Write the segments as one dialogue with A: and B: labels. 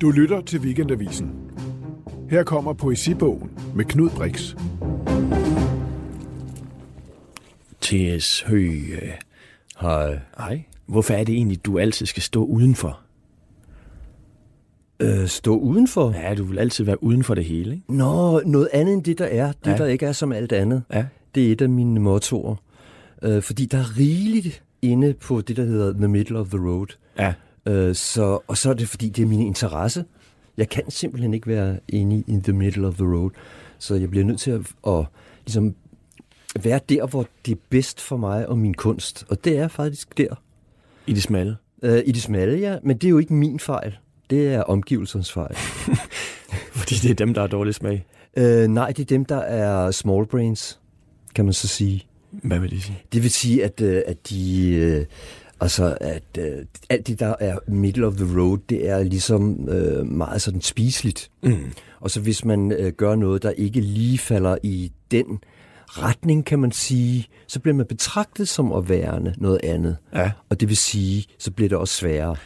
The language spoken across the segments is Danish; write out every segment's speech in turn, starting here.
A: Du lytter til Weekendavisen. Her kommer poesibogen med Knud Brix.
B: T.S. Høge, hej.
C: Hej.
B: øh, Hvorfor er det egentlig, du altid skal stå udenfor?
C: Øh, stå udenfor?
B: Ja, du vil altid være uden for det hele, ikke?
C: Nå, noget andet end det, der er. Det,
B: Ja.
C: ja. der ikke er som alt andet.
B: Ja.
C: Det er et af mine mottoer. Øh, fordi der er rigeligt inde på det, der hedder the middle of the road.
B: Ja.
C: Øh, så, og så er det, fordi det er min interesse. Jeg kan simpelthen ikke være inde i in the middle of the road. Så jeg bliver nødt til at, at ligesom være der, hvor det er bedst for mig og min kunst. Og det er faktisk der.
B: I det smalle.
C: Øh, I det smalle, ja. Men det er jo ikke min fejl. Det er omgivelsernes fejl.
B: Fordi det er dem, der har dårlig smag.
C: Øh, nej, det er dem, der er small brains, kan man så sige.
B: Hvad vil det sige?
C: Det vil sige, at, øh, at de... Øh, altså, at øh, alt det, der er middle of the road, det er ligesom øh, meget sådan spiseligt. Mm. Og så hvis man øh, gør noget, der ikke lige falder i den retning, kan man sige, så bliver man betragtet som at værende noget andet.
B: Ja.
C: Og det vil sige, så bliver det også sværere.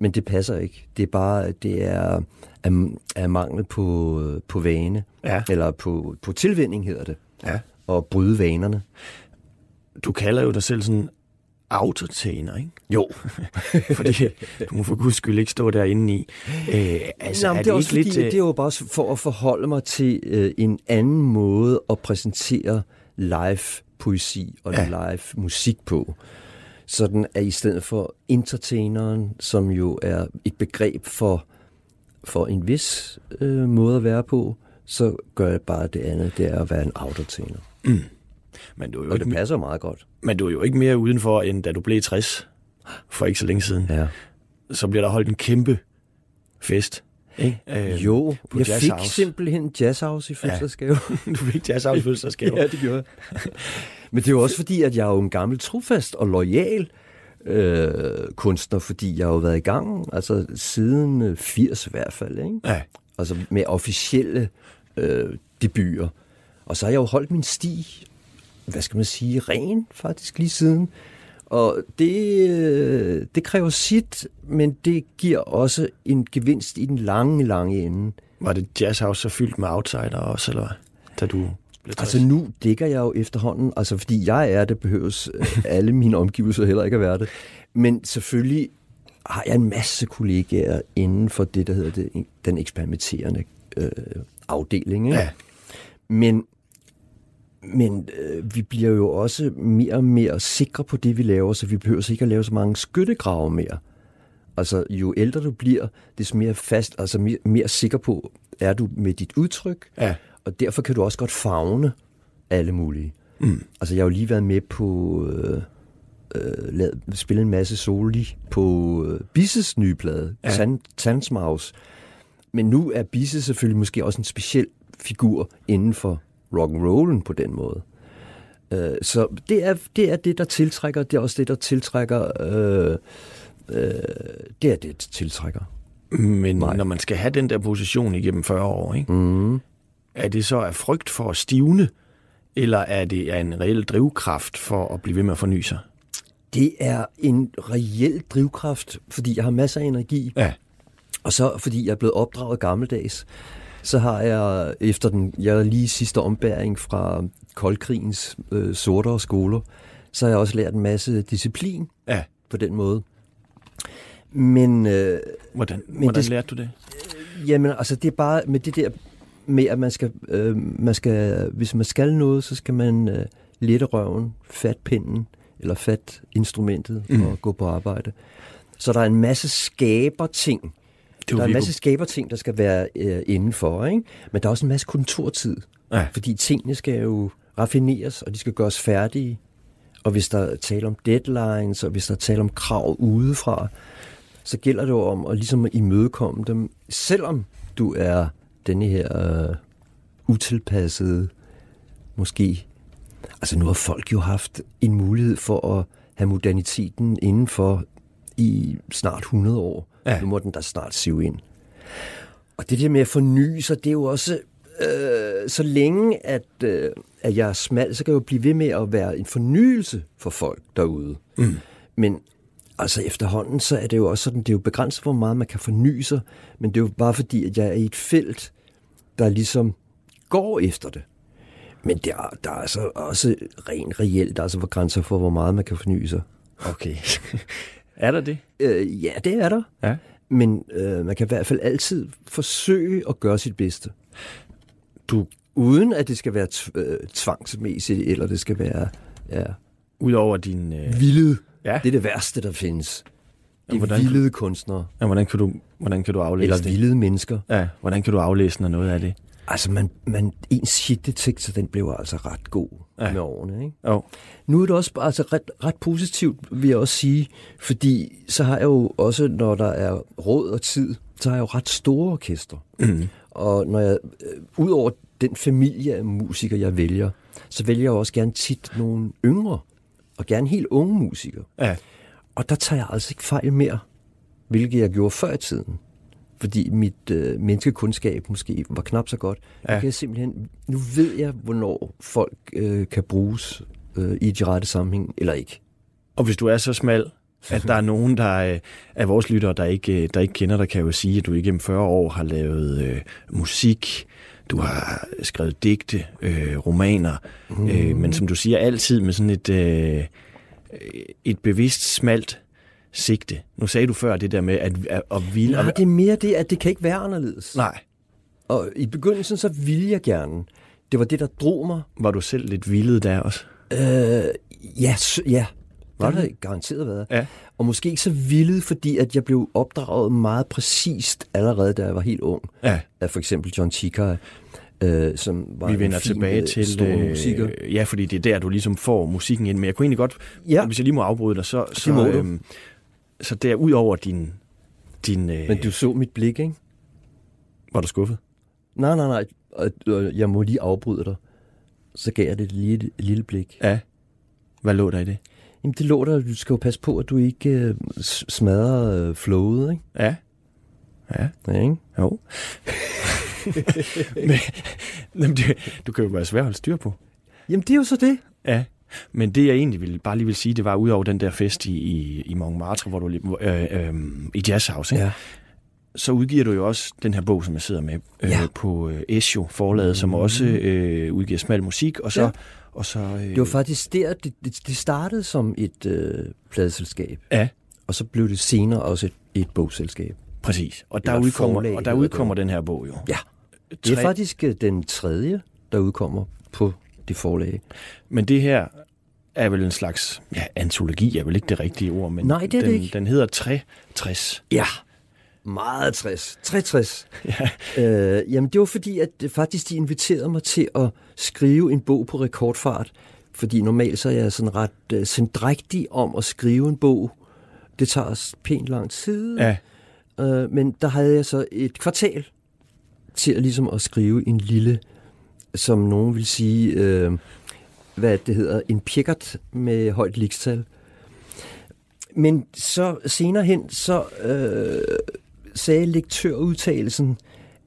C: Men det passer ikke. Det er bare, det er af, af mangel på, øh, på vane.
B: Ja.
C: Eller på, på tilvænning hedder det.
B: Ja.
C: Og bryde vanerne.
B: Du kalder jo dig selv sådan autotainer, ikke?
C: Jo.
B: Fordi du må for guds skyld ikke stå derinde i. Øh, altså,
C: Nå, men
B: er
C: det, øh,
B: det,
C: er også
B: ikke
C: fordi,
B: lidt...
C: det er jo bare for at forholde mig til øh, en anden måde at præsentere live poesi og
B: Ja.
C: ja. live musik på. Sådan at i stedet for entertaineren, som jo er et begreb for, for en vis øh, måde at være på, så gør jeg bare det andet, det er at være en entertainer.
B: øh, men, du er jo
C: Og
B: ikke,
C: det passer meget godt.
B: men du er jo ikke mere udenfor, end da du blev 60 for ikke så længe siden.
C: Ja.
B: Så bliver der holdt en kæmpe fest. Ikke? Øh,
C: Jo,
B: på
C: jeg
B: Jazz
C: fik
B: House.
C: simpelthen jazzhouse i fødselsdagsgave.
B: du fik jazz af fødselsdagsgave.
C: Ja, det gjorde jeg. Men det er jo også fordi, at jeg er jo en gammel trofast og lojal øh, kunstner, fordi jeg har jo været i gang, altså siden øh, 80 i hvert fald, ikke?
B: Ja.
C: Altså med officielle øh, debuter. Og så har jeg jo holdt min sti, hvad skal man sige, ren faktisk lige siden. Og det, øh, det kræver sit, men det giver også en gevinst i den lange, lange ende.
B: Var det jazzhouse så fyldt med outsider også, eller hvad? Da du blev 60?
C: Altså nu dækker jeg jo efterhånden, altså fordi jeg er det, behøves øh, alle mine omgivelser heller ikke at være det. Men selvfølgelig har jeg en masse kollegaer inden for det, der hedder det, den eksperimenterende øh, afdeling. Ikke?
B: Ja.
C: Men, men øh, vi bliver jo også mere og mere sikre på det, vi laver, så vi behøver så ikke at lave så mange skyttegrave mere. Altså, jo ældre du bliver, desto mere fast, altså mere, mere sikker på, er du med dit udtryk,
B: Ja.
C: og derfor kan du også godt fagne alle mulige. Mm. Altså, jeg har jo lige været med på... Øh, øh, lavet, spillet en masse soli på øh, Bisses nye plade, ja. Sand, Sandsmaus. Men nu er Bisse selvfølgelig måske også en speciel figur inden for rock'n'rollen på den måde. Øh, så det er, det er det, der tiltrækker. Det er også det, der tiltrækker... Øh, øh, det er det, der tiltrækker.
B: Men Nej. når man skal have den der position igennem 40 år, ikke? Mm. er det så af frygt for at stivne, eller er det af en reel drivkraft for at blive ved med at forny sig?
C: Det er en reel drivkraft, fordi jeg har masser af energi.
B: Ja.
C: Og så, fordi jeg er blevet opdraget gammeldags, så har jeg efter den, jeg er lige sidste ombæring fra koldkrigens øh, sortere skoler, så har jeg også lært en masse disciplin
B: ja.
C: på den måde. Men, øh,
B: Hvordan, hvordan det...
C: det-
B: lærte du det?
C: jamen, altså, det er bare med det der med, at man skal, øh, man skal, hvis man skal noget, så skal man øh, lette røven, fat pinden, eller fat instrumentet, mm. og gå på arbejde. Så der er en masse skaber ting,
B: Det
C: der er en
B: Viggo.
C: masse skaberting, der skal være øh, indenfor, ikke? men der er også en masse kontortid.
B: Ja.
C: Fordi tingene skal jo raffineres, og de skal gøres færdige. Og hvis der er tale om deadlines, og hvis der er tale om krav udefra, så gælder det jo om at ligesom imødekomme dem, selvom du er denne her øh, utilpassede, måske... Altså nu har folk jo haft en mulighed for at have moderniteten indenfor i snart 100 år.
B: Ja.
C: Ja. Nu må den da snart sive ind. Og det der med at forny sig, det er jo også... Øh, så længe at, øh, at jeg er smal, så kan jeg jo blive ved med at være en fornyelse for folk derude. Mm. Men Altså efterhånden, så er det jo også sådan, det er jo begrænset, hvor meget man kan forny sig, men det er jo bare fordi, at jeg er i et felt, der ligesom går efter det. Men der, der er altså også rent reelt, der er altså grænser for, hvor meget man kan forny sig.
B: Okay. er der det?
C: Øh, ja, det er der.
B: Ja.
C: Men øh, man kan i hvert fald altid forsøge at gøre sit bedste.
B: Du,
C: Uden at det skal være tv- øh, tvangsmæssigt, eller det skal være ja,
B: udover din... Øh,
C: vildet.
B: ja,
C: Det er det værste, der findes. Det er
B: hvordan-
C: vildede kunstnere.
B: ja, hvordan kan du, hvordan kan du aflæse
C: Eller
B: det?
C: vildede mennesker.
B: Ja, hvordan kan du aflæse, når noget af det?
C: Altså, man, man, ens shit-detektor, den blev altså ret god
B: Ja.
C: ja. med årene, ikke?
B: Jo.
C: Nu er det også bare altså, ret, ret positivt, vil jeg også sige, fordi så har jeg jo også, når der er råd og tid, så har jeg jo ret store orkestre. Mm. Og når jeg, øh, ud over den familie af musikere, jeg vælger, så vælger jeg jo også gerne tit nogle yngre, og gerne helt unge musikere.
B: Ja.
C: Og der tager jeg altså ikke fejl mere, hvilket jeg gjorde før i tiden. Fordi mit øh, menneskekundskab måske var knap så godt. Ja.
B: Ja.
C: Jeg kan simpelthen, nu ved jeg, hvornår folk øh, kan bruges øh, i de rette sammenhæng, eller ikke.
B: Og hvis du er så smal, at der er nogen der øh, af vores lyttere, der ikke, øh, der ikke kender dig, kan jo sige, at du igennem 40 år har lavet øh, musik, du har skrevet digte, øh, romaner,
C: Mm.
B: øh, men som du siger, altid med sådan et, øh, et bevidst smalt sigte. Nu sagde du før det der med at, at, at ville...
C: Nej, det er mere det, at det kan ikke være anderledes.
B: nej,
C: Og i begyndelsen, så ville jeg gerne. Det var det, der drog mig.
B: var du selv lidt vildet der også?
C: Øh, ja, s- ja. Var det har jeg garanteret været.
B: Ja.
C: Og måske ikke så vildt, fordi at jeg blev opdraget meget præcist allerede, da jeg var helt ung.
B: Ja.
C: af for eksempel John Tikar, øh, som var
B: Vi
C: en
B: vender
C: fin,
B: tilbage
C: øh,
B: til,
C: stor musiker.
B: øh, ja, fordi det er der, du ligesom får musikken ind. Men jeg kunne egentlig godt, ja.
C: Ja.
B: hvis jeg lige må afbryde dig, så, så, øhm,
C: må du.
B: så der ud over din, din øh,
C: Men du så mit blik, ikke?
B: var du skuffet?
C: Nej, nej, nej. Og, øh, Jeg må lige afbryde dig. Så gav jeg det et lille, et lille blik.
B: Ja. Hvad lå der i det?
C: Jamen, det lå der. Du skal jo passe på, at du ikke øh, s- smadrer øh, flowet, ikke?
B: Ja. Ja,
C: Ja, ikke?
B: jo. men, jamen, det, du kan jo være svær at holde styr på.
C: Jamen, det er jo så det.
B: Ja, men det jeg egentlig ville, bare lige vil sige, det var udover den der fest i, i, i Montmartre, hvor du lige- øh, øh, i Jazzhouse, ikke?
C: Ja.
B: så udgiver du jo også den her bog, som jeg sidder med øh, ja.
C: Ja.
B: på øh, Esjo forlaget, som også øh, udgiver smal musik, og så... Ja.
C: Ja.
B: Og så øh,
C: Det var faktisk der, det, det, det startede som et øh, pladeselskab.
B: Ja,
C: Og så blev det senere også et, et bogselskab.
B: præcis. Og der,
C: Eller
B: udkommer,
C: forlag,
B: og der
C: hedder
B: udkommer den her bog jo.
C: Ja. Det
B: Tre-
C: er faktisk øh, den tredje, der udkommer på det forlag.
B: Men det her er vel en slags... Ja, antologi er vel ikke det rigtige ord, men
C: Nej, det er
B: den,
C: det ikke.
B: den hedder 63.
C: Ja, meget 60. 63. Ja. Øh, jamen, det var fordi, at øh, faktisk de inviterede mig til at skrive en bog på rekordfart. Fordi normalt så er jeg sådan ret øh, sendrægtig om at skrive en bog. Det tager s- pænt lang tid.
B: Ja,
C: Øh, men der havde jeg så et kvartal til at, ligesom at skrive en lille, som nogen vil sige, øh, hvad det hedder, en pjekkert med højt ligstal. Men så senere hen, så øh, sagde lektørudtalelsen,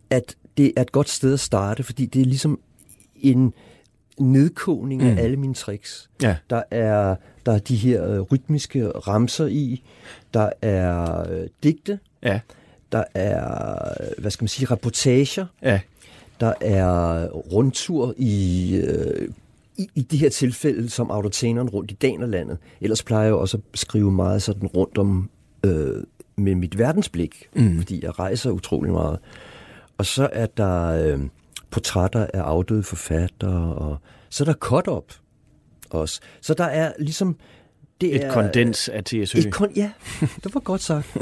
C: at det er et godt sted at starte, fordi det er ligesom en nedkogning af alle mine tricks.
B: ja.
C: Der er, der er de her øh, rytmiske ramser i, der er øh, digte,
B: Ja,
C: der er, øh, hvad skal man sige, reportager,
B: ja.
C: der er rundtur i, øh, i, i det her tilfælde som autotaneren rundt i Danerlandet. Ellers plejer jeg jo også at skrive meget sådan rundt om øh, med mit verdensblik, mm. fordi jeg rejser utrolig meget. Og så er der øh, portrætter af afdøde forfattere, og så er der cut-up også. Så der er ligesom... Det
B: Et
C: er,
B: kondens af TSØ.
C: Et kon- ja, det var godt sagt.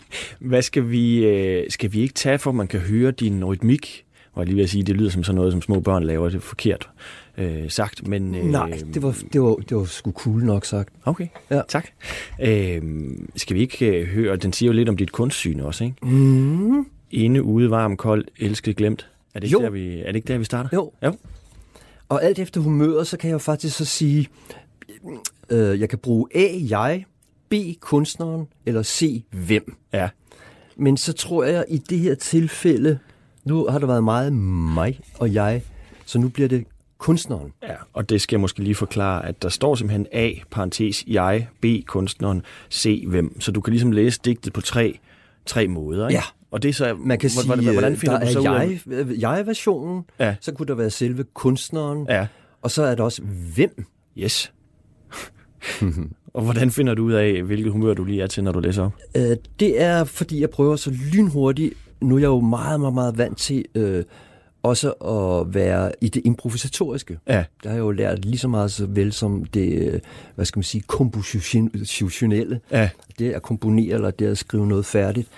B: Hvad skal vi, øh, skal vi ikke tage for, at man kan høre din rytmik? Og jeg lige vil sige, det lyder som sådan noget, som små børn laver. Det er forkert øh, sagt, men... Øh,
C: Nej, det var, det, var, det var sgu cool nok sagt.
B: Okay, ja.
C: Ja.
B: tak. Øh, skal vi ikke øh, høre, den siger jo lidt om dit kunstsyn også, ikke? Mm. Inde, ude, varm, kold, elsket, glemt. Er det ikke,
C: Mm-hmm. Jo.
B: der vi, er det ikke der, vi starter?
C: Jo.
B: jo.
C: Og alt efter humøret, så kan jeg jo faktisk så sige, øh, jeg kan bruge A, jeg, B, kunstneren, eller C, hvem.
B: Ja,
C: Men så tror jeg, i det her tilfælde, nu har der været meget mig og jeg, så nu bliver det kunstneren.
B: Ja, og det skal jeg måske lige forklare, at der står simpelthen A, parentes, jeg, B, kunstneren, C, hvem. Så du kan ligesom læse digtet på tre, tre måder, ikke?
C: Ja.
B: Og det er så,
C: Man kan
B: hvordan, hvordan
C: sige, hvordan
B: finder
C: der
B: du så ud
C: er
B: af-
C: jeg, øh, jeg-versionen,
B: Ja.
C: så kunne der være selve kunstneren,
B: Ja,
C: og så er der også hvem.
B: yes. og hvordan finder du ud af, hvilket humør du lige er til, når du læser op?
C: Øh, det er, fordi jeg prøver så lynhurtigt. Nu er jeg jo meget, meget, meget vant til øh, også at være i det improvisatoriske.
B: Ja.
C: Der har jeg jo lært lige så meget så vel som det, øh, hvad skal man sige, kompositionelle.
B: Ja.
C: Det at komponere eller det at skrive noget færdigt.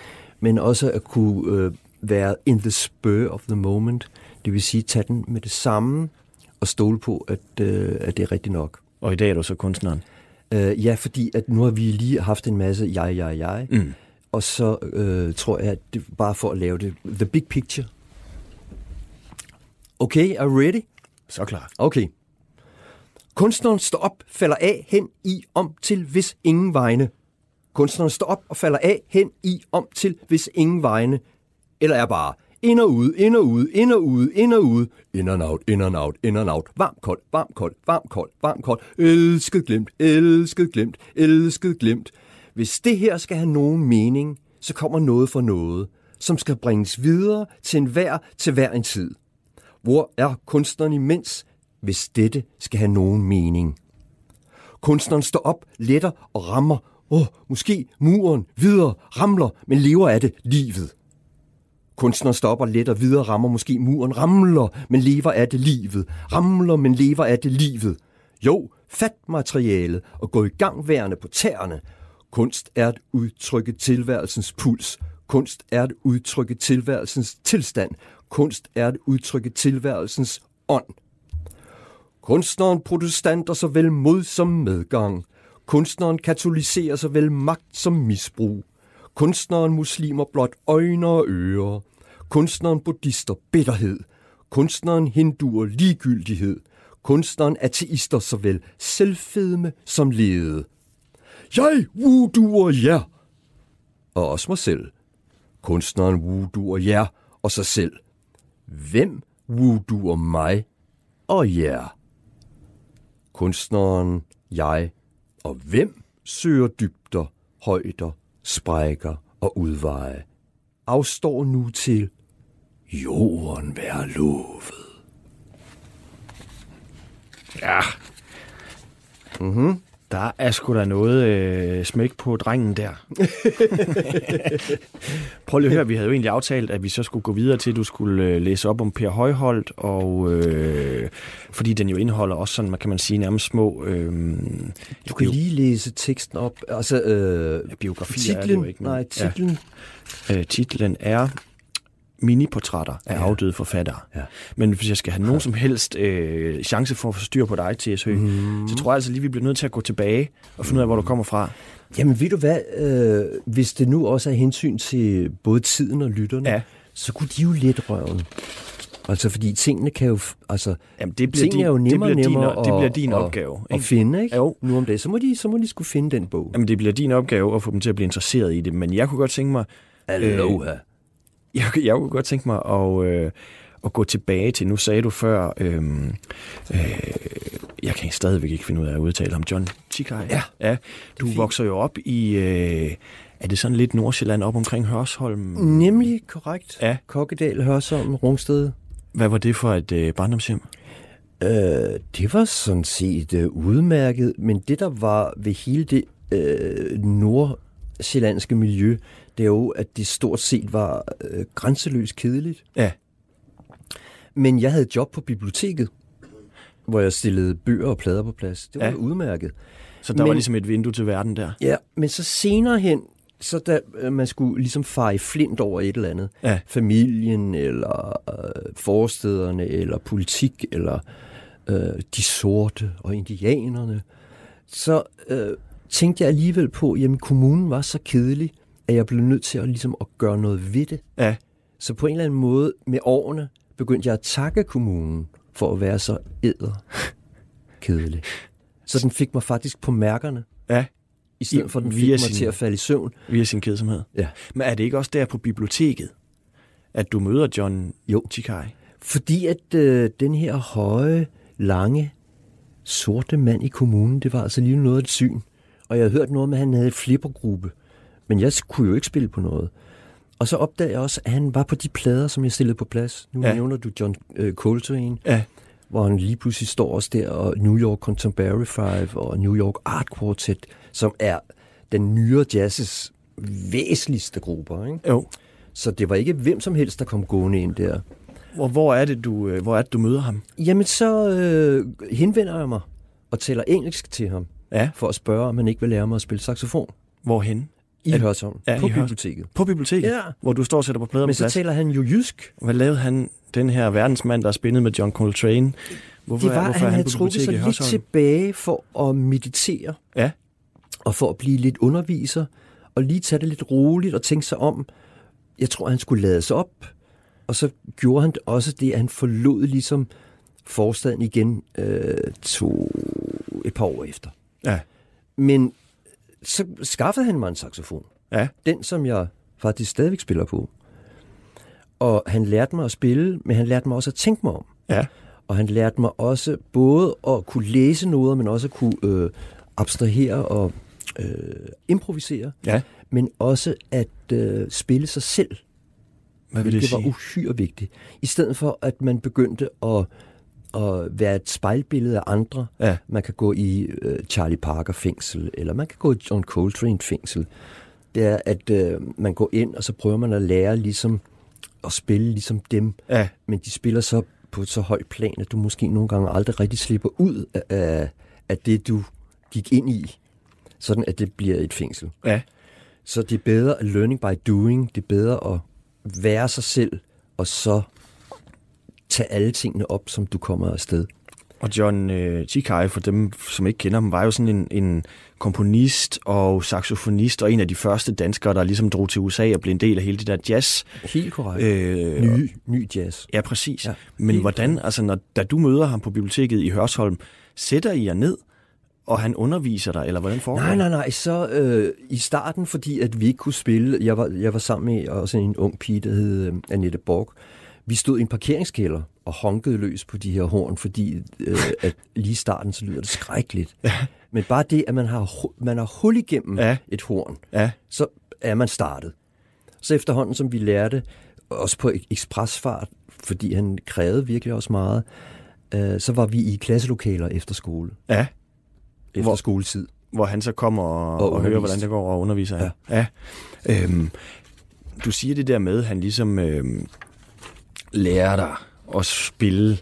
C: Men også at kunne øh, være in the spur of the moment. Det vil sige, tage den med det samme og stole på, at, øh, at det er rigtigt nok.
B: Og i dag er du så kunstneren.
C: Øh, ja, fordi at nu har vi lige haft en masse jeg, jeg, jeg. Mm. Og så øh, tror jeg, at det, bare for at lave det, the big picture. Okay, are you ready?
B: Så klar.
C: Okay. Kunstneren står op, falder af, hen i, om til, hvis ingen vegne. Kunstneren står op og falder af, hen i, om til, hvis ingen vegne. Eller er bare ind og ud, ind og ud, ind og ud, ind og ud. In and out, in and out, in and out. Varm, kold, varm, kold, varm, kold, varm, kold. Elsket, glemt, elsket, glemt, elsket, glemt. Hvis det her skal have nogen mening, så kommer noget for noget, som skal bringes videre til enhver, til hver en tid. Hvor er kunstneren imens, hvis dette skal have nogen mening? Kunstneren står op, letter og rammer. Åh, oh, måske muren videre ramler, men lever af det livet. Kunstneren står op og letter videre rammer, måske muren ramler, men lever af det livet. Ramler, men lever af det livet. Jo, fat materialet og gå i gang værende på tæerne. Kunst er at udtrykke tilværelsens puls. Kunst er at udtrykke tilværelsens tilstand. Kunst er at udtrykke tilværelsens ånd. Kunstneren protestanter såvel mod som medgang. Kunstneren katoliserer såvel magt som misbrug. Kunstneren muslimer blot øjne og ører. Kunstneren buddhister bitterhed. Kunstneren hinduer ligegyldighed. Kunstneren ateister såvel selvfedme som lede. Jeg voodooer jer! Ja. Og også mig selv. Kunstneren voodooer jer og sig selv. Hvem voodooer mig og jer? Kunstneren, jeg og hvem søger dybder, højder, sprækker og udveje, afstår nu til jorden være lovet.
B: Ja. Mm-hmm. Der er sgu da noget øh, smæk på drengen der. Prøv lige at høre, vi havde jo egentlig aftalt, at vi så skulle gå videre til, at du skulle øh, læse op om Per Højholdt, og, øh, fordi den jo indeholder også sådan, man kan man sige, nærmest små øh,
C: Du kan lige læse teksten op. Altså, øh,
B: biografier er det
C: titlen,
B: jo ikke, men-
C: nej,
B: Ja.
C: titlen.
B: Øh, titlen er Miniportrætter af ja. afdøde forfattere.
C: Ja.
B: Men hvis jeg skal have nogen som helst øh, chance for at få styr på dig, T.S. Høgh, mm. så tror jeg altså lige, vi bliver nødt til at gå tilbage og finde ud af, hvor du kommer fra.
C: Jamen ved du hvad, øh, hvis det nu også er hensyn til både tiden og lytterne,
B: Ja.
C: så kunne de jo lidt røven. Altså fordi tingene kan jo, f- altså,
B: Jamen, det bliver
C: tingene
B: din-
C: er jo
B: det
C: nemmere
B: bliver
C: og
B: din-
C: nemmere
B: det bliver
C: at-
B: din
C: at-
B: opgave,
C: At
B: ikke?
C: finde, ikke?
B: Jo.
C: Nu om dagen, så må de, så må de skulle finde den bog.
B: Jamen, det bliver din opgave at få dem til at blive interesseret i det, men jeg kunne godt tænke mig...
C: Aloha.
B: Jeg, jeg kunne godt tænke mig at, øh, at gå tilbage til, nu sagde du før, øh, øh, jeg kan stadigvæk ikke finde ud af at udtale om John Tikai.
C: Ja.
B: ja du vokser jo op i, øh, er det sådan lidt Nordsjælland op omkring Hørsholm? Mm.
C: Nemlig korrekt.
B: Ja.
C: Kokkedal, Hørsholm, Rungsted.
B: Hvad var det for et øh, barndomshjem?
C: Øh, det var sådan set øh, udmærket, men det der var ved hele det øh, nordsjællandske miljø, det er jo, at det stort set var øh, grænseløst kedeligt.
B: Ja.
C: Men jeg havde et job på biblioteket, hvor jeg stillede bøger og plader på plads. Det var
B: Ja.
C: ja. udmærket.
B: Så der men, var
C: Men-
B: ligesom et vindue til verden der.
C: Ja, men så senere hen, så da øh, man skulle ligesom fare i flint over et eller andet,
B: Ja.
C: familien eller øh, forstederne eller politik eller øh, de sorte og indianerne, så øh, tænkte jeg alligevel på, jamen kommunen var så kedelig, at jeg blev nødt til at, ligesom, at gøre noget ved det.
B: Ja.
C: Så på en eller anden måde med årene begyndte jeg at takke kommunen for at være så æder kedelig. Så den fik mig faktisk på mærkerne
B: Ja.
C: i stedet for at den
B: via
C: fik mig
B: sin-
C: til at falde i søvn.
B: Via sin kedsomhed.
C: Ja.
B: Men er det ikke også der på biblioteket, at du møder John
C: Jo.
B: Tikai?
C: Fordi at øh, den her høje, lange, sorte mand i kommunen, det var altså lige noget af et syn. Og jeg havde hørt noget med, at han havde et flippergruppe. Men jeg kunne jo ikke spille på noget. Og så opdagede jeg også, at han var på de plader, som jeg stillede på plads. Nu
B: Ja.
C: ja. nævner du John øh, Coltrane,
B: Ja.
C: hvor han lige pludselig står også der, og New York Contemporary Five og New York Art Quartet, som er den nyere jazzes væsentligste grupper. Ikke?
B: Jo.
C: Så det var ikke hvem som helst, der kom gående ind der.
B: Hvor, hvor, er det, du, øh, hvor er det, du møder ham?
C: Jamen, så øh, henvender jeg mig og taler engelsk til ham,
B: Ja.
C: for at spørge, om han ikke vil lære mig at spille saxofon
B: Hvorhen?
C: i
B: Ja.
C: Hørsholm,
B: Ja,
C: på
B: i Hørsholm.
C: biblioteket.
B: På biblioteket,
C: Ja.
B: hvor du står og sætter på plader
C: Men
B: med
C: så
B: plads.
C: taler han jo jysk.
B: Hvad lavede han, den her verdensmand, der spillede med John Coltrane? Hvorfor,
C: Det var, at
B: hvorfor
C: han
B: er
C: havde
B: på
C: trukket sig
B: biblioteket i
C: lidt
B: Hørsholm?
C: tilbage for at meditere
B: Ja,
C: og for at blive lidt underviser, og lige tage det lidt roligt og tænke sig om. Jeg tror, han skulle lades op, og så gjorde han også det, at han forlod ligesom forstaden igen øh, to, et par år efter.
B: ja,
C: Men så skaffede han mig en saxofon.
B: ja.
C: Den, som jeg faktisk stadigvæk spiller på. Og han lærte mig at spille, men han lærte mig også at tænke mig om.
B: ja.
C: Og han lærte mig også både at kunne læse noder, men også at kunne øh, abstrahere og øh, improvisere.
B: Ja.
C: Men også at øh, spille sig selv,
B: Hvad vil det,
C: hvilket
B: sige?
C: var uhyre vigtigt. I stedet for, at man begyndte at, at være et spejlbillede af andre.
B: Ja.
C: Man kan gå i øh, Charlie Parker fængsel, eller man kan gå i John Coltrane fængsel. Det er, at øh, man går ind, og så prøver man at lære ligesom at spille ligesom dem
B: ja,
C: men de spiller så på et så højt plan, at du måske nogle gange aldrig rigtig slipper ud af- af, af det, du gik ind i, sådan at det bliver et fængsel.
B: ja.
C: Så det er bedre at learning by doing, det er bedre at være sig selv, og så tage alle tingene op, som du kommer afsted.
B: Og John øh, Chikai, for dem, som ikke kender ham, var jo sådan en, en komponist og saxofonist, og en af de første danskere, der ligesom drog til USA og blev en del af hele det der jazz.
C: Helt korrekt. Øh,
B: Øh,
C: ny, ny jazz.
B: Ja, præcis. Ja,
C: Ja,
B: Men
C: helt
B: hvordan, altså når, da du møder ham på biblioteket i Hørsholm, sætter I jer ned, og han underviser dig, eller hvordan foregår
C: Nej,
B: det?
C: nej, nej. Så øh, i starten, fordi at vi ikke kunne spille, jeg var, jeg var sammen med også en ung pige, der hed øh, Annette Borg. Vi stod i en parkeringskælder og honkede løs på de her horn, fordi øh, at lige i starten, så lyder det skrækkeligt. Men bare det, at man har, hu- man har hul igennem
B: Ja.
C: ja. et horn,
B: Ja,
C: så er man startet. Så efterhånden, som vi lærte, også på ek- ekspresfart, fordi han krævede virkelig også meget, øh, så var vi i klasselokaler efter skole,
B: ja.
C: efter
B: Hvor-
C: skoletid.
B: hvor han så kommer og, og,
C: Og
B: og hører,
C: underviser.
B: hvordan det går og underviser jer. Ja. ja. Øhm, du siger det der med, at han ligesom øhm, lærer dig at spille,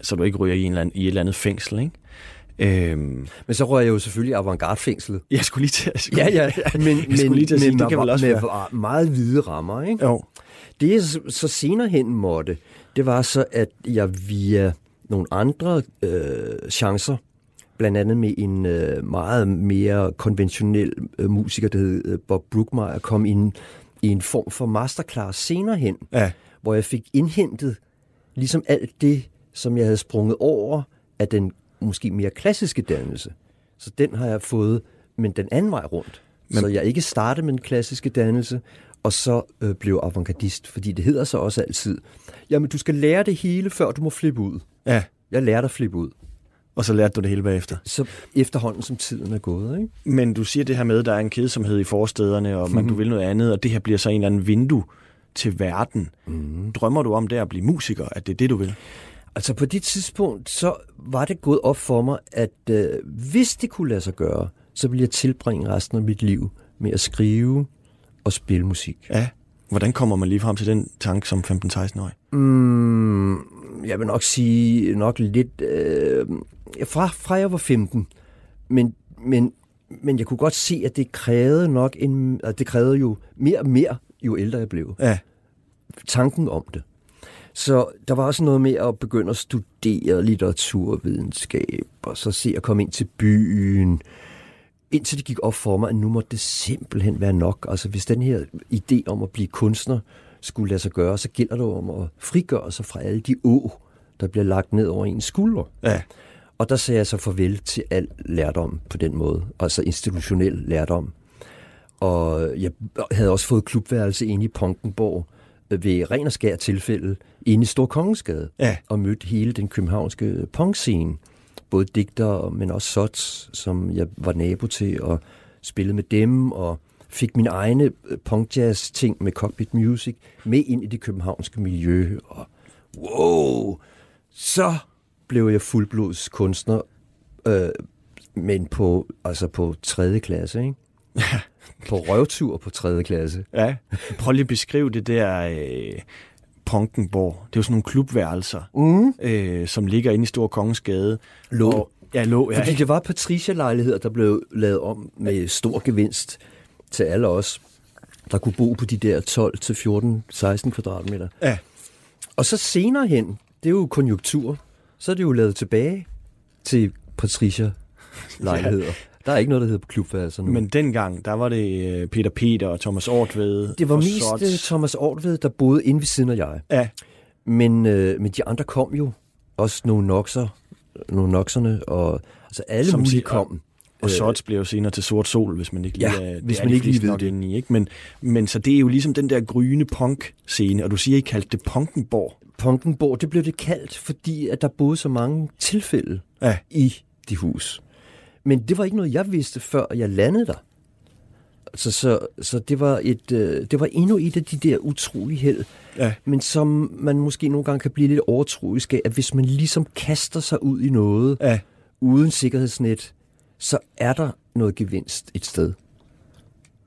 B: så du ikke ryger i, en eller anden, i et eller andet fængsel, ikke? Øhm,
C: Men så røg jeg jo selvfølgelig i avantgarde-fængslet.
B: jeg skulle lige til at
C: Ja, ja, men,
B: jeg skulle
C: men,
B: lige til at sige,
C: men
B: det kan vel også
C: med
B: være.
C: var- meget hvide rammer. Ikke?
B: Jo,
C: Det jeg så- så senere hen måtte, det var så, at jeg via nogle andre øh, chancer, blandt andet med en øh, meget mere konventionel øh, musiker, der hed øh, Bob Brookmeyer, kom i en, i en form for masterclass senere hen,
B: ja,
C: hvor jeg fik indhentet ligesom alt det, som jeg havde sprunget over af den måske mere klassiske dannelse. Så den har jeg fået, men den anden vej rundt. Men... Så jeg ikke startede med den klassiske dannelse, og så øh, blev avantgardist, fordi det hedder så også altid, jamen du skal lære det hele, før du må flippe ud.
B: ja.
C: Jeg lærte at flippe ud.
B: Og så lærte du det hele bagefter.
C: Så efterhånden, som tiden er gået, ikke?
B: Men du siger det her med, at der er en kedsomhed i forstederne, og man,
C: Mhm.
B: du vil noget andet, og det her bliver så en eller anden vindue til verden.
C: Mhm.
B: Mm. Drømmer du om det at blive musiker, at det er det, du vil?
C: Altså på det tidspunkt, så var det gået op for mig, at øh, hvis det kunne lade sig gøre, så ville jeg tilbringe resten af mit liv med at skrive og spille musik.
B: Ja. Hvordan kommer man lige frem til den tanke som 15-16-årig?
C: Mm, jeg vil nok sige nok lidt... Øh, fra, fra jeg var 15, men, men, men jeg kunne godt se, at det krævede nok en... At det krævede jo mere og mere, jo ældre jeg blev.
B: Ja.
C: tanken om det. Så der var også noget med at begynde at studere litteraturvidenskab, og så se at komme ind til byen, indtil det gik op for mig, at nu må det simpelthen være nok. Altså hvis den her idé om at blive kunstner skulle lade sig gøre, så gælder det om at frigøre sig fra alle de å, der bliver lagt ned over ens skuldre.
B: Ja.
C: Og der sagde jeg så farvel til al lærdom på den måde, altså institutionel lærdom. Og jeg havde også fået klubværelse inde i Punkenborg, øh, ved ren og skær tilfælde inde i Stor Kongensgade
B: Ja.
C: og mødt hele den københavnske punkscene. Både digter, men også sots, som jeg var nabo til, og spillede med dem, og fik mine egne øh, punkjazz-ting med Cockpit Music med ind i det københavnske miljø. Og wow! Så blev jeg fuldblods kunstner, øh, men på, altså på 3. klasse, ikke? på røvtur på 3. klasse.
B: Ja. Prøv lige at beskrive det der øh, Punkenborg. Det er jo sådan nogle klubværelser, mm. øh, som ligger inde i Store Kongensgade.
C: Mhm. Lå.
B: Og- Ja, lå. Ja,
C: Fordi det var Patricia-lejligheder, der blev lavet om med stor gevinst til alle os, der kunne bo på de der 12 til 14, 16 kvadratmeter.
B: ja.
C: Og så senere hen, det er jo konjunktur, så er det jo lavet tilbage til Patricia-lejligheder. Der er ikke noget, der hedder klubværelser nu.
B: Men dengang, der var det øh, Peter Peter og Thomas Ortved.
C: det var
B: og
C: mest
B: Sots.
C: øh, Thomas Ortved, der boede inde ved siden af jeg.
B: Ja,
C: Men, øh, men de andre kom jo. Også nogle nokser, nogle nokserne, og altså alle
B: Som
C: Som mulige
B: siger-
C: kom.
B: og Sots blev jo senere til Sort Sol, hvis man ikke lige
C: Ja,
B: er, det
C: hvis
B: er
C: man
B: de
C: ikke lige
B: fleste
C: ved
B: nok
C: det.
B: inde i, ikke? Men, men så det er jo ligesom den der gryne punk-scene, og du siger, I kaldte det Punkenborg.
C: Punkenborg, det blev det kaldt, fordi at der boede så mange tilfælde
B: Ja.
C: i de hus. Men det var ikke noget, jeg vidste, før jeg landede der. Så, så, så det, var et, øh, det var endnu et af de der utrolige held,
B: Ja.
C: men som man måske nogle gange kan blive lidt overtroisk af, at hvis man ligesom kaster sig ud i noget
B: Ja.
C: uden sikkerhedsnet, så er der noget gevinst et sted.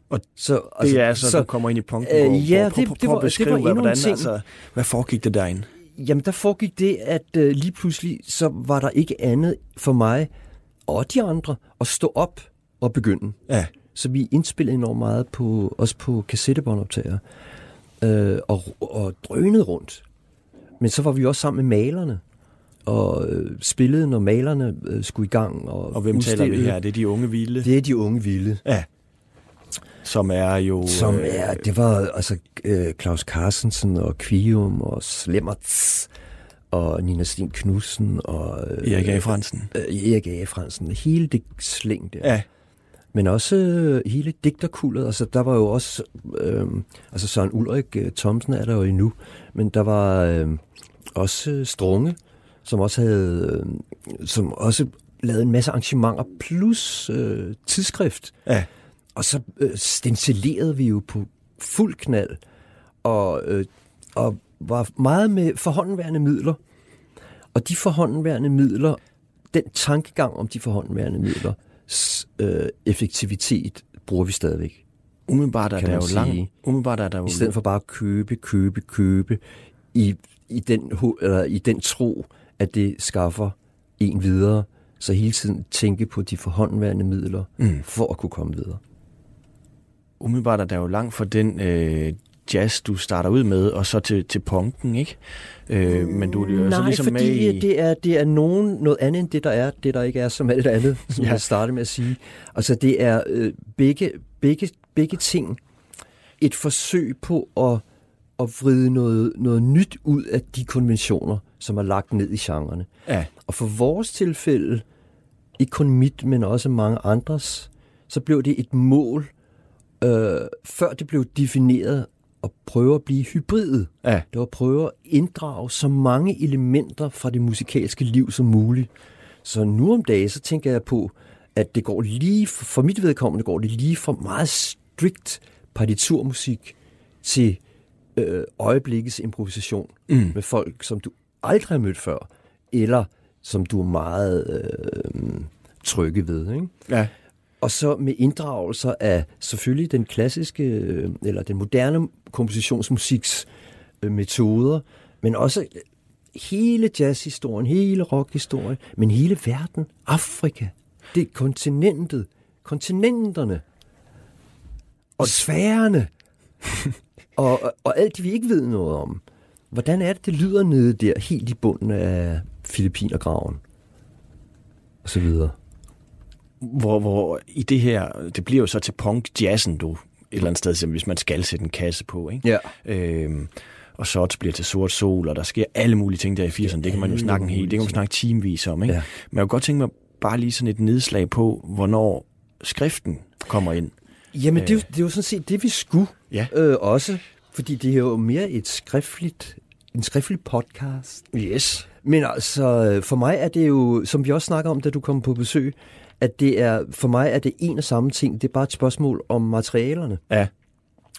B: Og
C: så,
B: Altså, det er altså, så, du kommer ind i Punkenborg.
C: Øh, ja,
B: Prøv- prøv-
C: det- det
B: prøv at
C: var- det
B: beskrive,
C: var endnu en
B: hvordan,
C: ting.
B: Altså, hvad foregik det derinde?
C: Jamen, der foregik det, at øh, lige pludselig, så var der ikke andet for mig og de andre at stå op og begynde.
B: Ja.
C: Så vi indspillede enormt meget, på, også på kassettebåndoptager, øh, og, og drønede rundt. Men så var vi også sammen med malerne, og øh, spillede, når malerne øh, skulle i gang. Og,
B: Og hvem taler vi
C: udstillede.
B: her? Det er de unge vilde, det.
C: Det er de unge vilde.
B: Ja. som er jo...
C: Som
B: øh,
C: er, det var altså øh, Claus Carstensen og Kvium og Slemmerts og Nina Sten Knudsen og øh,
B: Erik A. Fransen.
C: øh, Erik A. Fransen. Hele det slæng der.
B: Ja,
C: Men også øh, hele digterkullet. Altså, der var jo også... Øh, altså, Søren Ulrik øh, Thomsen er der jo endnu. Men der var øh, også øh, Strunge, som også havde... Øh, som også lavede en masse arrangementer, plus øh, tidsskrift.
B: ja.
C: Og så øh, stencilerede vi jo på fuld knald, og, øh, og var meget med forhåndenværende midler. Og de forhåndenværende midler, den tankegang om de forhåndenværende midler, øh, effektivitet, bruger vi stadigvæk.
B: Umiddelbart er
C: Kan
B: der
C: man
B: jo
C: sige.
B: langt. Umiddelbart er der jo...
C: I stedet for bare at købe, købe, købe, i, i, den, ho- eller i den tro, at det skaffer en videre. Så hele tiden tænke på de forhåndenværende midler, mm. for at kunne komme videre.
B: umiddelbart er der jo langt fra den øh, jazz, du starter ud med, og så til, til punken, ikke? Øh, men du er jo så
C: Mm, Nej,
B: ligesom med
C: fordi
B: i...
C: øh, det er, det er nogen, noget andet end det, der er, det der ikke er som alt andet, som
B: Ja.
C: ja. jeg startede med at sige. Altså det er øh, begge, begge, begge ting et forsøg på at, at vride noget, noget nyt ud af de konventioner, som er lagt ned i genrerne.
B: Ja,
C: Og for vores tilfælde, ikke kun mit, men også mange andres, så blev det et mål, øh, før det blev defineret, at prøve at blive hybridet.
B: ja.
C: Det var at prøve at inddrage så mange elementer fra det musikalske liv som muligt. Så nu om dagen, så tænker jeg på, at det går lige, for mit vedkommende går det lige fra meget strikt partiturmusik til øh, øjeblikkets improvisation mm. med folk, som du aldrig har mødt før, eller som du er meget øh, trygge ved. Ikke?
B: ja.
C: Og så med inddragelser af selvfølgelig den klassiske, øh, eller den moderne kompositionsmusiks øh, metoder, men også øh, hele jazzhistorien, hele rockhistorien, men hele verden, Afrika, det er kontinentet, kontinenterne, og sværene, og, og, og alt det, vi ikke ved noget om. Hvordan er det, det lyder nede der, helt i bunden af Filippinergraven? Og så videre.
B: Hvor, hvor i det her... Det bliver jo så til punk-jazzen, du et eller andet sted, som hvis man skal sætte en kasse på, ikke?
C: Ja.
B: Øhm, og så bliver til sort sol, og der sker alle mulige ting der i 80'erne. Det kan man jo
C: alle
B: snakke en hel,
C: mulige
B: det kan man
C: ting.
B: snakke timevis om, ikke? Ja.
C: Ja.
B: Men jeg kunne godt tænke mig bare lige sådan et nedslag på, hvornår skriften kommer ind.
C: Jamen, det, er jo- det er jo sådan set det, vi skulle
B: Øh. Ja.
C: øh, også. fordi det er jo mere et skriftligt, en skriftlig podcast.
B: Yes.
C: Men altså, for mig er det jo, som vi også snakker om, da du kom på besøg, at det er, for mig er det en og samme ting. Det er bare et spørgsmål om materialerne.
B: Ja,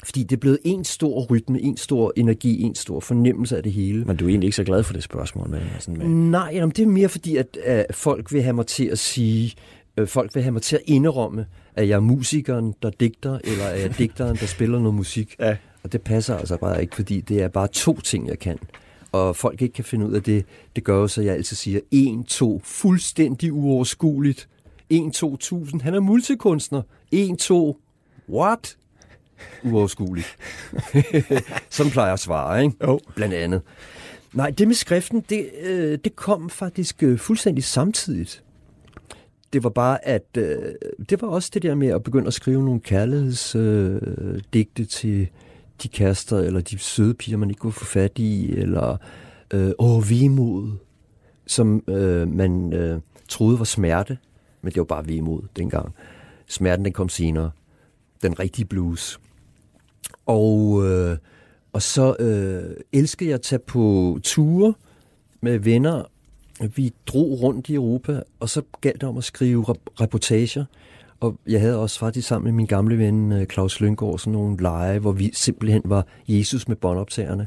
C: Fordi det er blevet en stor rytme, en stor energi, en stor fornemmelse af det hele.
B: men du er egentlig ikke så glad for det spørgsmål med. Sådan med.
C: Nej, jamen, det er mere fordi, at, at folk vil have mig til at sige, øh, folk vil have mig til at indrømme, at jeg er musikeren, der digter, eller at jeg er digteren, der spiller noget musik.
B: Ja.
C: Og det passer altså bare ikke, fordi det er bare to ting, jeg kan. Og folk ikke kan finde ud af det, det gør jo så, at jeg altid siger, en, to, fuldstændig uoverskueligt. En, to, tusind, han er multikunstner. En, to, what? Uoverskueligt. Sådan plejer jeg at svare, ikke?
B: Jo.
C: Blandt andet. Nej, det med skriften, det, øh, det kom faktisk øh, fuldstændig samtidigt. Det var bare, at øh, det var også det der med at begynde at skrive nogle kærlighedsdigte øh, digte til de kærester, eller de søde piger, man ikke kunne få fat i, eller øh, åh, vemod, som øh, man øh, troede var smerte, men det var bare vemod dengang. Smerten, den kom senere. Den rigtige blues. Og, øh, og så øh, elskede jeg at tage på ture med venner. Vi drog rundt i Europa, og så galt det om at skrive rep- reportager. Og jeg havde også faktisk sammen med min gamle ven øh, Claus Lyngård sådan nogle lege, hvor vi simpelthen var Jesus med båndoptagerne.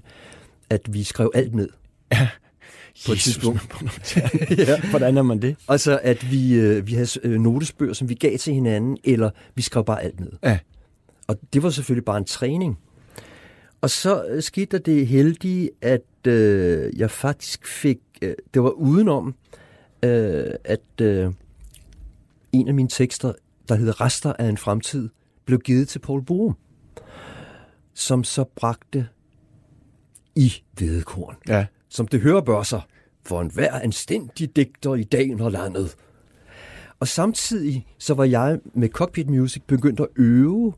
C: At vi skrev alt ned. På et tidspunkt.
B: ja. Hvordan er man det?
C: Altså at vi, øh, vi havde øh, notesbøger, som vi gav til hinanden, eller vi skrev bare alt ned.
B: Ja.
C: Og det var selvfølgelig bare en træning. Og så øh, skete der det heldige, at øh, jeg faktisk fik, øh, det var udenom, øh, at øh, en af mine tekster, der hedder Rester af en fremtid, blev givet til Paul Borum, som så bragte i vedekorn
B: Ja.
C: som det hører bør sig, for enhver anstændig digter i dagen og landet. Og samtidig så var jeg med Cockpit Music begyndt at øve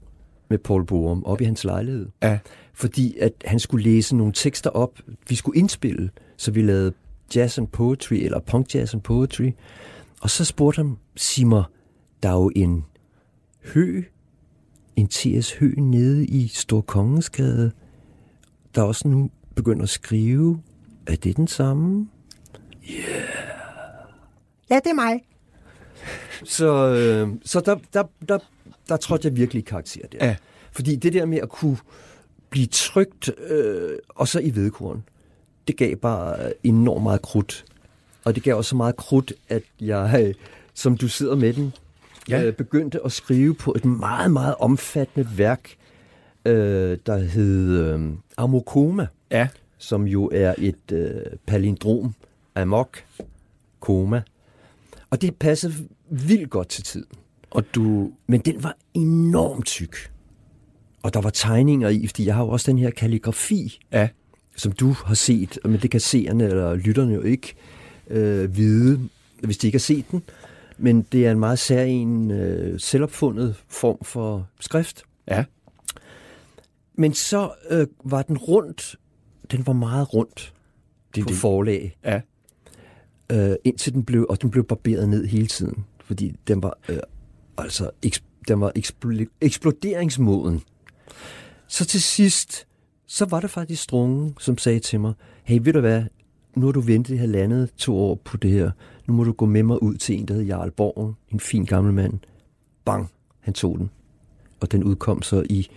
C: med Paul Borum op i hans lejlighed.
B: Ja.
C: Fordi at han skulle læse nogle tekster op, vi skulle indspille, så vi lavede jazz and poetry, eller punk jazz and poetry. Og så spurgte han, sig mig, der er jo en hø, en T.S. Hø nede i Storkongensgade, der også nu begynder at skrive. Er det den samme? Yeah. Ja, det er mig. Så, øh, så der, der, der, der trådte jeg virkelig i karakter der.
B: Ja.
C: Fordi det der med at kunne blive trygt, øh, og så i vedkorn, det gav bare enormt meget krudt. Og det gav også så meget krudt, at jeg, øh, som du sidder med den,
B: Ja.
C: ja. øh, begyndte at skrive på et meget, meget omfattende værk, øh, der hed øh, Amokoma,
B: Ja.
C: som jo er et øh, palindrom, amok, koma. Og det passede vildt godt til tiden.
B: Og du...
C: Men den var enormt tyk. Og der var tegninger i, fordi jeg har jo også den her kalligrafi,
B: Ja.
C: som du har set, men det kan seerne eller lytterne jo ikke øh, vide, hvis de ikke har set den. Men det er en meget særlig øh, selvopfundet form for skrift.
B: Ja.
C: Men så øh, var den rundt. Den var meget rundt
B: Det er
C: på
B: det.
C: forlag,
B: Ja.
C: øh, indtil den blev, og den blev barberet ned hele tiden, fordi den var, øh, altså, eks- den var ekspl- eksploderingsmoden. Så til sidst, så var der faktisk strungen, som sagde til mig, hey, ved du hvad, nu har du ventet i halvandet to år på det her, nu må du gå med mig ud til en, der hed Jarl Borgen, en fin gammel mand. Bang, han tog den. Og den udkom så i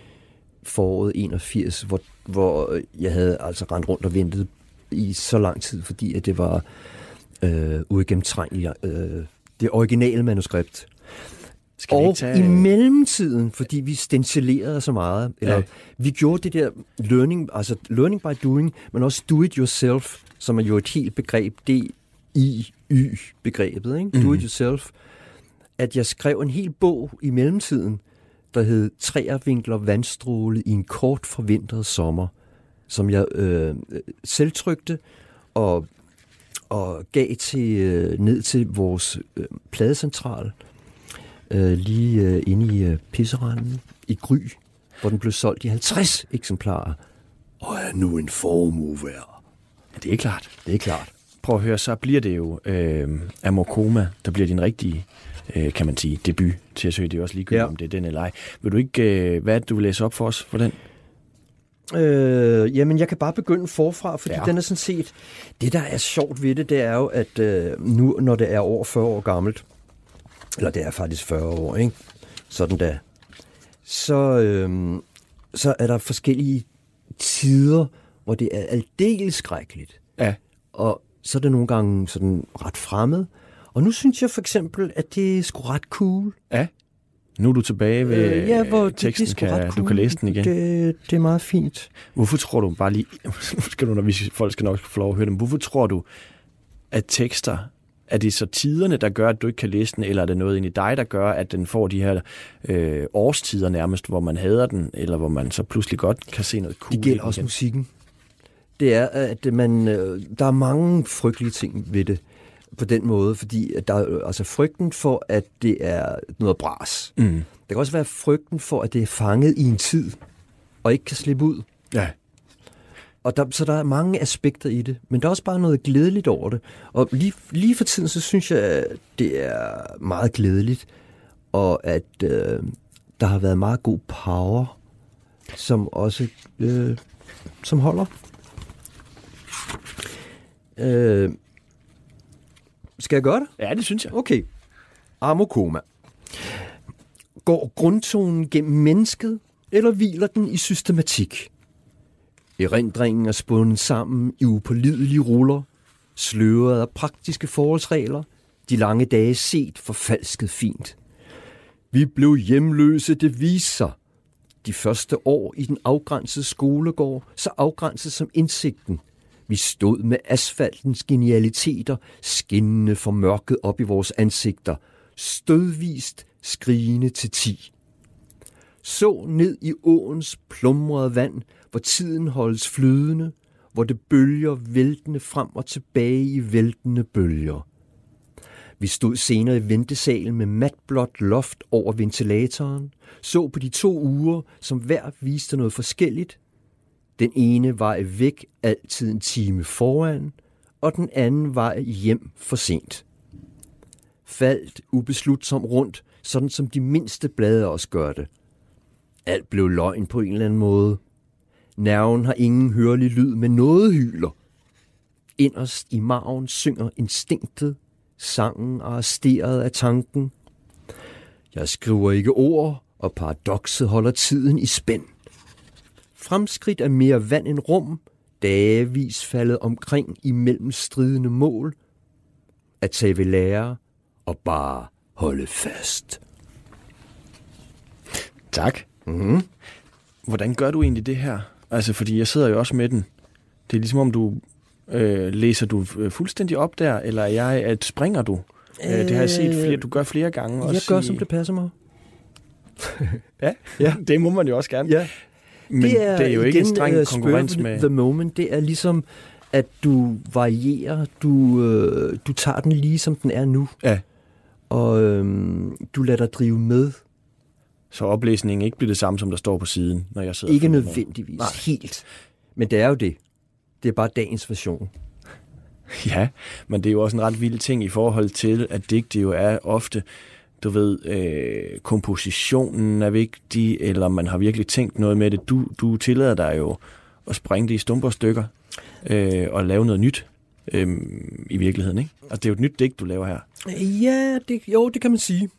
C: foråret 81, hvor, hvor jeg havde altså rendt rundt og ventet i så lang tid, fordi at det var øh, uigennemtrængeligt. Øh, det originale manuskript.
B: Skal vi
C: og
B: ikke tage...
C: i mellemtiden, fordi vi stencilerede så meget, eller
B: Ja.
C: ja. vi gjorde det der learning, altså learning by doing, men også do it yourself, som er jo et helt begreb, D-I-Y-begrebet, ikke? Mm. do
B: Mhm.
C: it yourself, at jeg skrev en hel bog i mellemtiden, der hed Træervinkler vandstråle i en kort forvintret sommer, som jeg øh, øh, selv trykte og, og gav til, øh, ned til vores øh, pladecentral, øh, lige øh, inde i øh, pisseranden i Gry, hvor den blev solgt i 50 eksemplarer. Og er nu en formue værd.
B: Ja, det er klart.
C: Det er klart.
B: Prøv at høre, så bliver det jo øh, Amorkoma, der bliver din rigtige, øh, kan man sige, debut til at søge. Det er jo også ligegyldigt, ja.
C: Ja.
B: om det er den eller ej. Vil du ikke, øh, hvad er det, du vil læse op for os for den?
C: Øh, jamen, jeg kan bare begynde forfra, fordi
B: Ja.
C: ja. den er sådan set... Det, der er sjovt ved det, det er jo, at øh, nu, når det er over 40 år gammelt, eller det er faktisk 40 år, ikke? Sådan da. Så, øh, så er der forskellige tider, hvor det er aldeles skrækkeligt.
B: Ja.
C: Og så er det nogle gange sådan ret fremmed. Og nu synes jeg for eksempel, at det er sgu ret cool.
B: Ja. Nu er du tilbage ved øh, ja, hvor
C: det- det er
B: teksten,
C: sgu
B: kan,
C: ret
B: du kan læse den igen.
C: Det, det er meget fint.
B: Hvorfor tror du bare lige, nu skal du, når vi, folk skal nok få lov at høre dem, hvorfor tror du, at tekster, er det så tiderne, der gør, at du ikke kan læse den, eller er det noget inde i dig, der gør, at den får de her øh, årstider nærmest, hvor man hader den, eller hvor man så pludselig godt kan se noget cool?
C: Det
B: i den
C: gælder også
B: igen?
C: musikken. Det er, at man, øh, der er mange frygtelige ting ved det på den måde, fordi at der er øh, altså frygten for, at det er noget bras. Mm. Der kan også være frygten for, at det er fanget i en tid, og ikke kan slippe ud.
B: Ja,
C: Og der, så der er mange aspekter i det, men der er også bare noget glædeligt over det. Og lige, lige for tiden, så synes jeg, at det er meget glædeligt, og at øh, der har været meget god power, som også øh, som holder. Øh, skal jeg gøre det?
B: ja det synes jeg.
C: Okay. Amokoma. Går grundtonen gennem mennesket, eller hviler den i systematik? Erindringen er spundet sammen i upålidelige ruller, sløret af praktiske forholdsregler, de lange dage set forfalsket fint. Vi blev hjemløse, det viser sig. De første år i den afgrænsede skolegård, så afgrænset som indsigten. Vi stod med asfaltens genialiteter, skinnende for mørket op i vores ansigter, stødvist skrigende til ti. Så ned i åens plumrede vand, hvor tiden holdes flydende, hvor det bølger væltende frem og tilbage i væltende bølger. Vi stod senere i ventesalen med matblåt loft over ventilatoren, så på de to uger, som hver viste noget forskelligt. Den ene vej væk altid en time foran, og den anden vej hjem for sent. Faldt ubeslutsom rundt, sådan som de mindste blade også gør det. Alt blev løgn på en eller anden måde. Nerven har ingen hørelig lyd, men noget hyler. Inderst i maven synger instinktet, sangen arresteret af tanken. Jeg skriver ikke ord, og paradokset holder tiden i spænd. Fremskridt er mere vand end rum, dagevis faldet omkring imellem stridende mål. At tage ved lære og bare holde fast.
B: Tak. Mm-hmm. Hvordan gør du egentlig det her? Altså, fordi jeg sidder jo også med den. Det er ligesom om du... Øh, læser du øh, fuldstændig op der, eller er jeg, at springer du? Øh, det har jeg set, flere, du gør flere gange.
C: Jeg
B: også
C: gør,
B: i-
C: som det passer mig.
B: Ja, ja,
C: Ja.
B: det må man jo også gerne.
C: Ja.
B: Men det er, det er jo ikke en streng
C: øh,
B: konkurrence
C: spur of
B: med...
C: The moment, det er ligesom, at du varierer, du, øh, du tager den lige, som den er nu,
B: Ja,
C: og øhm, du lader dig drive med.
B: så oplæsningen ikke bliver det samme, som der står på siden, når jeg sidder... og
C: Ikke
B: følger med.
C: nødvendigvis
B: Nej.
C: Nej. helt. Men det er jo det. Det er bare dagens version.
B: Ja, men det er jo også en ret vild ting i forhold til, at digte jo er ofte, du ved, øh, kompositionen er vigtig, eller man har virkelig tænkt noget med det. Du, du tillader dig jo at springe det i stumper stykker øh, og lave noget nyt øh, i virkeligheden, ikke? Altså, det er jo et nyt digt, du laver her.
C: Ja, det, jo, det kan man sige.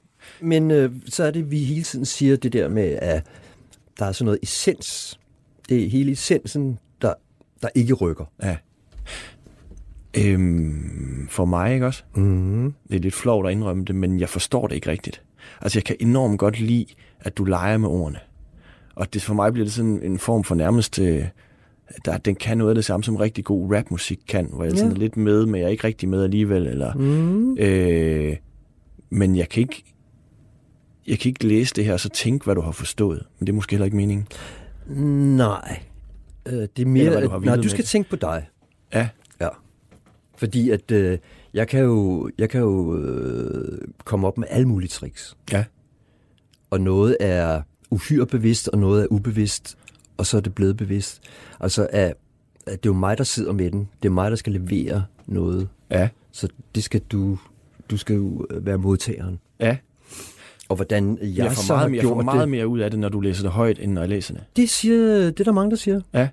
C: Men øh, så er det, vi hele tiden siger det der med, at der er sådan noget essens. Det er hele essensen, der, der ikke rykker.
B: Ja. Øhm, for mig, ikke også?
C: Mm.
B: Det er lidt flovt at indrømme det, men jeg forstår det ikke rigtigt. Altså, jeg kan enormt godt lide, at du leger med ordene. Og det for mig bliver det sådan en form for nærmest... Øh, der, den kan noget af det samme, som rigtig god rapmusik kan, hvor jeg sådan
C: Ja.
B: er lidt med, men jeg er ikke rigtig med alligevel. Eller, mm. øh, men jeg kan ikke jeg kan ikke læse det her og så tænke, hvad du har forstået. Men det er måske heller ikke meningen.
C: Nej. Øh, det er mere,
B: Eller hvad du har
C: du nej,
B: villet
C: du
B: med
C: skal
B: det.
C: tænke på dig.
B: Ja,
C: Ja. Fordi at øh, jeg kan jo, jeg kan jo øh, komme op med alle mulige tricks.
B: ja.
C: og noget er uhyre bevidst, og noget er ubevidst, og så er det blevet bevidst. Altså, at, at det er jo mig, der sidder med den. Det er mig, der skal levere noget.
B: Ja.
C: Så det skal du, du skal jo være øh, modtageren.
B: Ja.
C: og hvordan jeg,
B: Jeg får,
C: så har
B: meget, jeg
C: gjort
B: får meget
C: det.
B: mere ud af det, når du læser det højt, end når jeg læser det.
C: Det, siger, det er der mange, der siger.
B: Ja.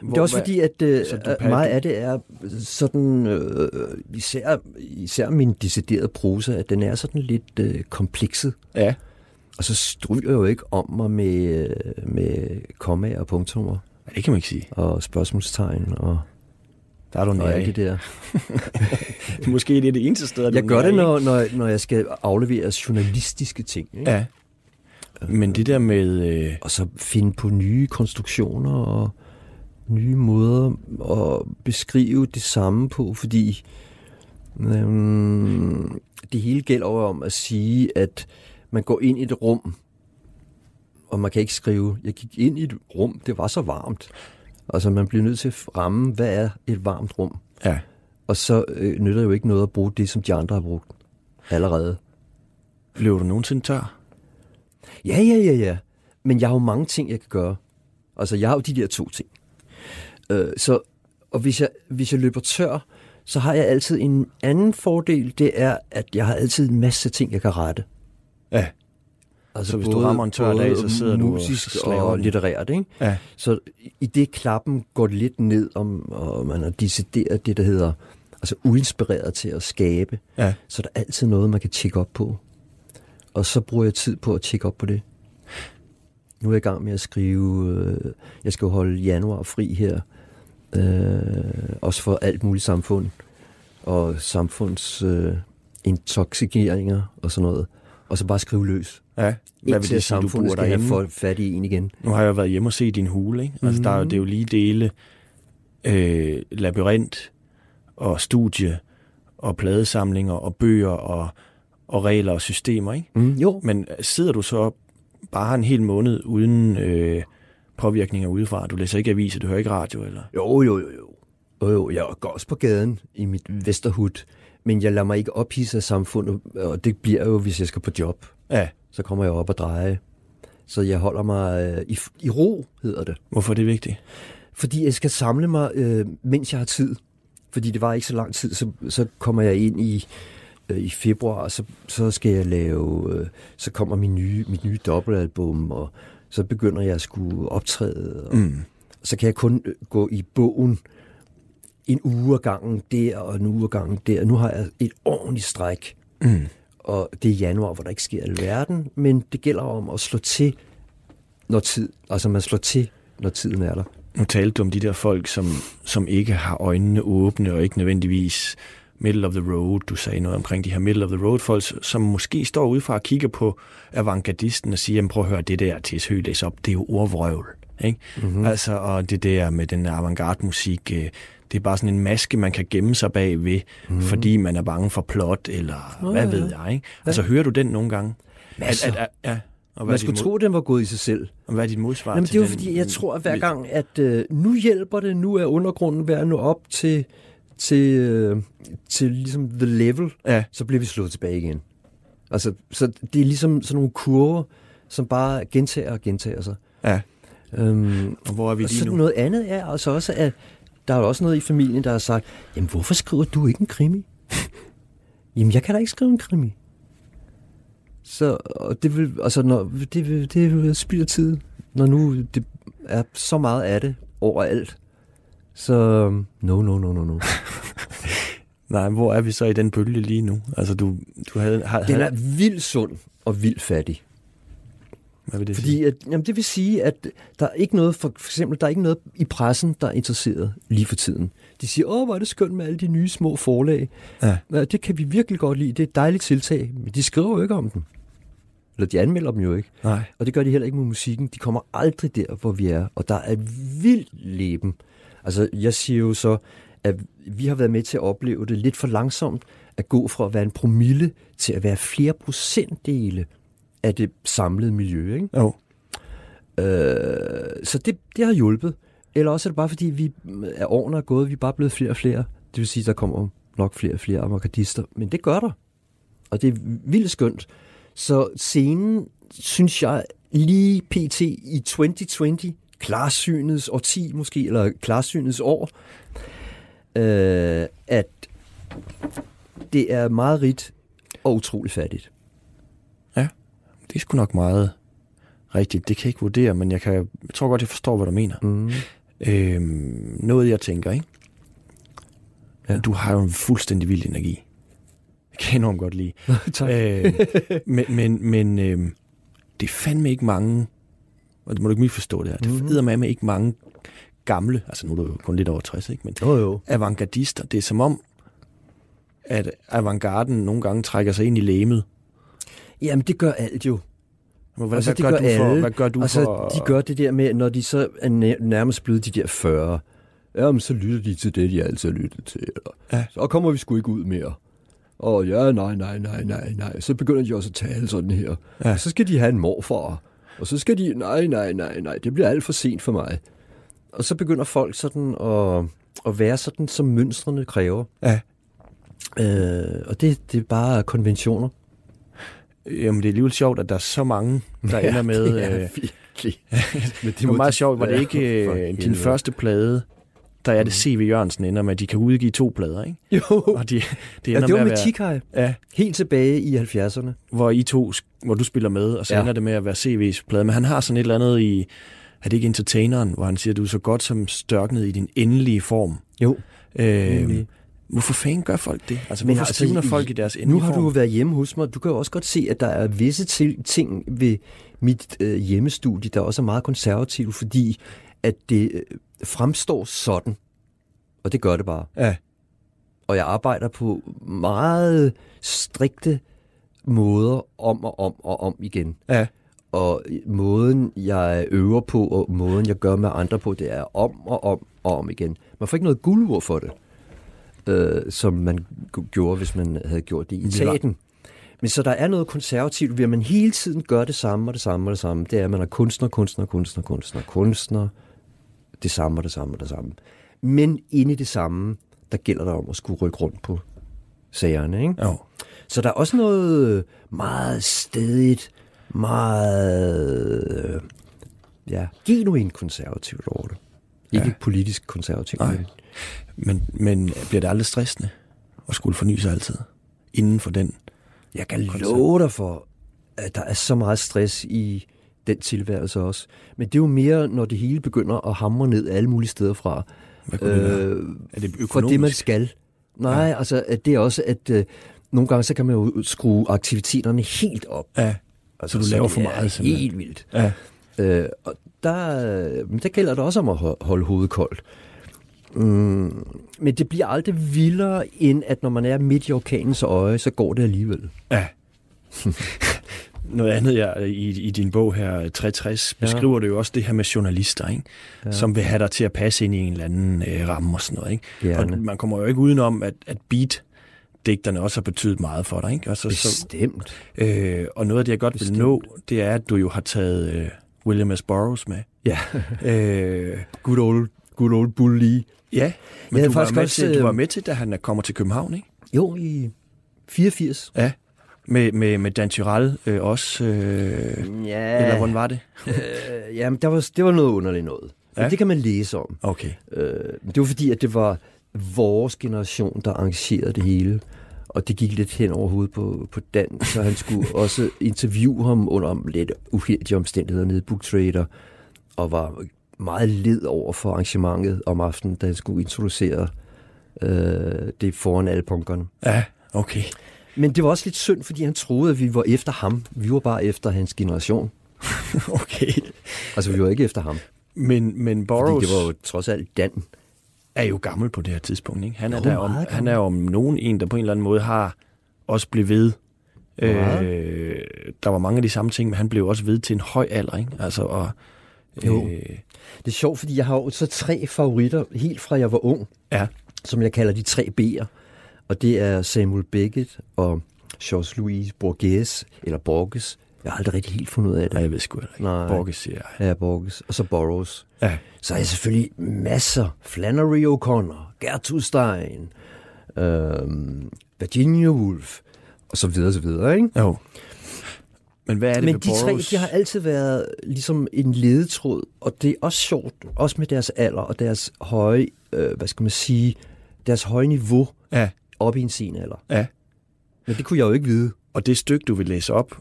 C: det er også fordi, at øh,
B: Så du
C: øh,
B: pa-
C: meget
B: du-
C: af det er sådan, øh, især, især min deciderede prosa, at den er sådan lidt øh, komplekset.
B: Ja,
C: Og så stryger jeg jo ikke om mig med, øh, med kommaer og punktummer
B: det kan man ikke sige.
C: og spørgsmålstegn og,
B: Der er du
C: og alt
B: nære.
C: det der.
B: Måske det er det eneste sted, at du
C: Jeg
B: er
C: gør det,
B: nære,
C: når, når, når jeg skal aflevere journalistiske ting. Ikke?
B: ikke? Ja. Men det der med... Øh,
C: og så finde på nye konstruktioner og nye måder at beskrive det samme på, fordi øhm, det hele gælder jo om at sige, at man går ind i et rum, og man kan ikke skrive, jeg gik ind i et rum, det var så varmt. Altså man bliver nødt til at ramme, hvad er et varmt rum?
B: ja.
C: Og så øh, nytter det jo ikke noget at bruge det, som de andre har brugt allerede.
B: Blev du nogensinde tør?
C: Ja, ja, ja, ja. Men jeg har jo mange ting, jeg kan gøre. Altså, jeg har jo de der to ting. Øh, så, og hvis jeg, hvis jeg løber tør, så har jeg altid en anden fordel. Det er, at jeg har altid en masse ting, jeg kan rette.
B: Ja.
C: Altså
B: Så hvis du rammer en tør dag, så sidder du og
C: musisk
B: slaver
C: og
B: den.
C: litterært, ikke?
B: Ja.
C: Så i det klappen går det lidt ned, om, og man har decideret det, der hedder altså uinspireret til at skabe.
B: Ja.
C: Så der er altid noget, man kan tjekke op på. Og så bruger jeg tid på at tjekke op på det. Nu er jeg i gang med at skrive, øh, jeg skal jo holde januar fri her, øh, også for alt muligt samfund, og samfunds øh, intoxikeringer og sådan noget. Og så bare skrive løs.
B: ja. Hvad vil
C: Indtil
B: det sige, du
C: samfundet
B: bor
C: skal have
B: derhjemme? For...
C: folk fat i en igen.
B: Nu har jeg jo været hjemme og set din hule, ikke? Altså, mm. der
C: Mhm.
B: er jo, det er jo lige dele øh, labyrint og studie og pladesamlinger og bøger og, og regler og systemer, ikke?
C: Mm, jo,
B: Men øh, sidder du så bare en hel måned uden øh, påvirkninger udefra? Du læser ikke aviser, du hører ikke radio, eller?
C: Jo, jo, jo, jo. Jo, jo, jeg går også på gaden i mit Vesterhut, men jeg lader mig ikke ophisse af samfundet, og det bliver jo, hvis jeg skal på job.
B: Ja.
C: Så kommer jeg op og dreje. Så jeg holder mig øh, i, i ro, hedder det.
B: Hvorfor er det vigtigt?
C: Fordi jeg skal samle mig, øh, mens jeg har tid. Fordi det var ikke så lang tid, så, så kommer jeg ind i, øh, i februar, og så, så skal jeg lave, øh, så kommer min nye, mit nye dobbeltalbum, og så begynder jeg at skulle optræde. Og, mm. Så kan jeg kun øh, gå i bogen en uge ad gangen der, og en uge ad gangen der. Nu har jeg et ordentligt stræk. Mm. Og det er januar, hvor der ikke sker alverden, men det gælder om at slå til, når tid, altså man slår til, når tiden er der.
B: Nu talte du om de der folk, som, som ikke har øjnene åbne og ikke nødvendigvis middle of the road. Du sagde noget omkring de her middle of the road folk, som måske står udefra og kigger på avantgardisten og siger, jamen prøv at høre, det der T.S. Høgh læser op, det er jo ordvrøvl. Ikke?
C: Mhm.
B: Mm-hmm. Altså, og det der med den avantgarde musik, det er bare sådan en maske, man kan gemme sig bag ved,
C: Mhm.
B: mm-hmm. fordi man er bange for plot, eller oh, hvad ved jeg. Ikke? Altså, hører du den nogle gange? At, at, at, ja. Og hvad, er
C: Man
B: dit
C: skulle
B: mod,
C: tro, den var gået i sig selv.
B: og hvad er dit modsvar
C: Jamen,
B: til
C: det er jo
B: den? øh,
C: fordi, jeg tror at hver gang, at øh, nu hjælper det, nu er undergrunden ved at nå op til, til, øh, til ligesom the level,
B: Ja.
C: så bliver vi slået tilbage igen. Altså, så det er ligesom sådan nogle kurver, som bare gentager og gentager sig.
B: Ja.
C: Øhm,
B: Og hvor er vi
C: og
B: lige
C: så
B: nu?
C: noget andet er altså også, at der er jo også noget i familien, der har sagt, jamen hvorfor skriver du ikke en krimi? jamen jeg kan da ikke skrive en krimi. Så og det vil, altså, når, det, vil, det vil spild af tid, når nu det er så meget af det overalt. Så øhm, no, no, no, no, no.
B: Nej, hvor er vi så i den bølge lige nu? Altså, du, du havde... Har,
C: Den
B: havde-
C: er vildt sund og vildt fattig.
B: hvad vil det sige?
C: Fordi at, jamen det vil sige, at der er ikke noget, for, for eksempel, der er ikke noget i pressen, der er interesseret lige for tiden. De siger, åh, hvor er det skønt med alle de nye små forlag.
B: Ja.
C: Ja, det kan vi virkelig godt lide, det er et dejligt tiltag, men de skriver jo ikke om dem. Eller de anmelder dem jo ikke.
B: Nej.
C: Og det gør de heller ikke med musikken. De kommer aldrig der, hvor vi er. Og der er et vildt leben. Altså, jeg siger jo så, at vi har været med til at opleve det lidt for langsomt, at gå fra at være en promille til at være flere procentdele af det samlede miljø. Ikke?
B: Jo.
C: Øh, så det, det har hjulpet. Eller også er det bare fordi, vi er årene er gået, vi er bare blevet flere og flere. Det vil sige, der kommer nok flere og flere avantgardister, men det gør der. Og det er vildt skønt. Så scenen, synes jeg, lige pt. i 2020, klarsynets årti måske, eller klarsynets år, øh, at det er meget rigt og utrolig fattigt.
B: Ja. det er sgu nok meget rigtigt. Det kan jeg ikke vurdere, men jeg, kan, jeg tror godt, jeg forstår, hvad du mener.
C: Mm.
B: Øhm, noget, jeg tænker, ikke?
C: Ja.
B: Ja. Du har jo en fuldstændig vild energi. Jeg kan enormt godt lide.
C: tak.
B: Øh, men men, men øh, det er fandme ikke mange, og det må du ikke misforstå det her,
C: Mhm.
B: det er med ikke mange gamle, altså nu er du jo kun lidt over 60, ikke? men
C: Jo, jo.
B: avantgardister, det er som om, at avantgarden nogle gange trækker sig ind i læmet.
C: Jamen, det gør alt jo.
B: Hvad,
C: Og så
B: hvad,
C: det
B: gør,
C: gør
B: du for,
C: alle,
B: hvad gør du
C: og så
B: for...
C: de gør det der med, når de så er næ- nærmest blevet de der 40, jamen så lytter de til det, de altid har lyttet til, eller,
B: Ja.
C: ja. så kommer vi sgu ikke ud mere. Og ja, nej, nej, nej, nej, nej. Så begynder de også at tale sådan her.
B: Ja.
C: Ja. Og så skal de have en morfar. Og så skal de, nej, nej, nej, nej, det bliver alt for sent for mig. Og så begynder folk sådan at, at være sådan, som mønstrene kræver.
B: Ja,
C: Øh, og det, det er bare konventioner.
B: jamen, det er alligevel sjovt, at der er så mange, der ja, ender med...
C: det er
B: øh,
C: virkelig. Men
B: Det var
C: må
B: meget
C: de-
B: sjovt. Var det
C: Ja,
B: ikke
C: for
B: øh, din
C: helvede. Mhm.
B: første plade, der er det C.V. Jørgensen ender med, at de kan udgive to plader, ikke?
C: Jo,
B: Og de, det
C: Uh. ja,
B: ender
C: det var
B: med
C: med
B: at være,
C: Tikai.
B: ja,
C: Helt tilbage i 70'erne.
B: hvor I to, sk- hvor du spiller med, og så
C: Ja.
B: ja. ender det med at være C.V.'s plade. Men han har sådan et eller andet i, er det ikke Entertaineren, hvor han siger, du er så godt som størknet i din endelige form.
C: Jo.
B: Øh,
C: Endelige.
B: hvorfor fanden gør folk det? Altså,
C: Men
B: hvorfor
C: altså,
B: stivner
C: i-
B: folk i deres endelige
C: Nu har du jo
B: form?
C: været hjemme hos mig. Du kan jo også godt se, at der er visse til- ting ved mit øh, hjemmestudie, der også er meget konservative, fordi at det øh, fremstår sådan. Og det gør det bare.
B: Ja,
C: Og jeg arbejder på meget strikte måder om og om og om igen.
B: ja,
C: Og måden, jeg øver på, og måden, jeg gør med andre på, det er om og om og om igen. Man får ikke noget guldur for det, øh, som man g- gjorde, hvis man havde gjort det i teaten. Men så der er noget konservativt ved, at man hele tiden gør det samme og det samme og det samme. Det er, at man er kunstner, kunstner, kunstner, kunstner, kunstner. Det samme og det samme og det samme. Men inde i det samme, der gælder det om at skulle rykke rundt på sagerne, ikke?
B: jo.
C: Så der er også noget meget stedigt, meget øh, ja, genuint konservativt over det. Ikke ja. politisk konservativt.
B: Nej.
C: men-
B: Men, men bliver det aldrig stressende at skulle forny sig altid? Inden for den.
C: Jeg kan love dig for, at der er så meget stress i den tilværelse også. Men det er jo mere, når det hele begynder at hamre ned alle mulige steder fra. Øh,
B: Hvad kunne det være? Er det
C: For det, man
B: økonomisk?
C: skal. Nej, ja. altså at det er også, at øh, nogle gange så kan man jo skrue aktiviteterne helt op.
B: Ja,
C: Altså,
B: du laver
C: det
B: for
C: er
B: meget, simpelthen.
C: helt vildt.
B: ja.
C: Øh, og der, øh, men der gælder det også om at ho- holde hovedet koldt. Mm, men det bliver aldrig vildere, end at når man er midt i orkanens øje, så går det alligevel.
B: Ja. Noget andet jeg, i, i din bog her, 63, beskriver ja. du jo også det her med journalister, ikke? Ja. som vil have dig til at passe ind i en eller anden øh, ramme og sådan noget. Ikke?
C: Gerne.
B: Og man kommer jo ikke udenom, at, at beat digterne også har betydet meget for dig. Ikke? Og, så, så,
C: Bestemt.
B: øh, og noget af det, jeg godt vil nå, det er, at du jo har taget øh, William S. Burroughs med.
C: Ja.
B: Øh,
C: Good old, good old Bull Lee.
B: ja,
C: Jeg
B: men
C: havde
B: du var,
C: faktisk
B: med
C: også,
B: til, du var
C: øh,
B: med til, da han kommer til København, ikke?
C: Jo, i 84.
B: Ja, med, med, med Dan Tyrell øh, også. Øh,
C: Ja,
B: eller hvordan var det?
C: øh, jamen, der var, det var noget underligt noget. Men
B: Ja.
C: ja. det kan man læse om.
B: Okay.
C: Øh, det var fordi, at det var vores generation, der arrangerede det hele. Og det gik lidt hen over hovedet på, på Dan, så han skulle også interviewe ham under lidt uheldige omstændigheder nede i Booktrader, og var meget led over for arrangementet om aftenen, da han skulle introducere øh, det foran alle punkerne.
B: Ja, okay.
C: Men det var også lidt synd, fordi han troede, at vi var efter ham. Vi var bare efter hans generation.
B: okay.
C: Altså, vi var ikke efter ham.
B: Men, men
C: Fordi
B: Burroughs
C: det var jo trods alt Dan.
B: er jo gammel på det her tidspunkt. Ikke? Han, er
C: Jo,
B: der om,
C: meget
B: han er om nogen en, der på en eller anden måde har også blevet ved.
C: Meget.
B: Øh, der var mange af de samme ting, men han blev også ved til en høj alder. Ikke? Altså, og,
C: Jo.
B: Øh,
C: Det er sjovt, fordi jeg har jo så tre favoritter, helt fra jeg var ung.
B: ja,
C: som jeg kalder de tre B'er. Og det er Samuel Beckett og Georges Louis Borges, eller Borges. Jeg har aldrig rigtig helt fundet ud af
B: nej,
C: det.
B: jeg ved sgu heller ikke.
C: Nej.
B: Borges siger jeg.
C: Ja, Borges. Og så Burroughs.
B: Ja.
C: Så har jeg selvfølgelig masser. Flannery O'Connor, Gertrude Stein, øhm, Virginia Woolf, og så videre, så videre, ikke?
B: Jo. Men hvad er det
C: Men
B: ved
C: de tre,
B: Burroughs?
C: de har altid været ligesom en ledetråd, og det er også sjovt, også med deres alder og deres høje, øh, hvad skal man sige, deres høje niveau
B: Ja,
C: op i en sen alder.
B: ja.
C: Men det kunne jeg jo ikke vide.
B: Og det stykke, du vil læse op,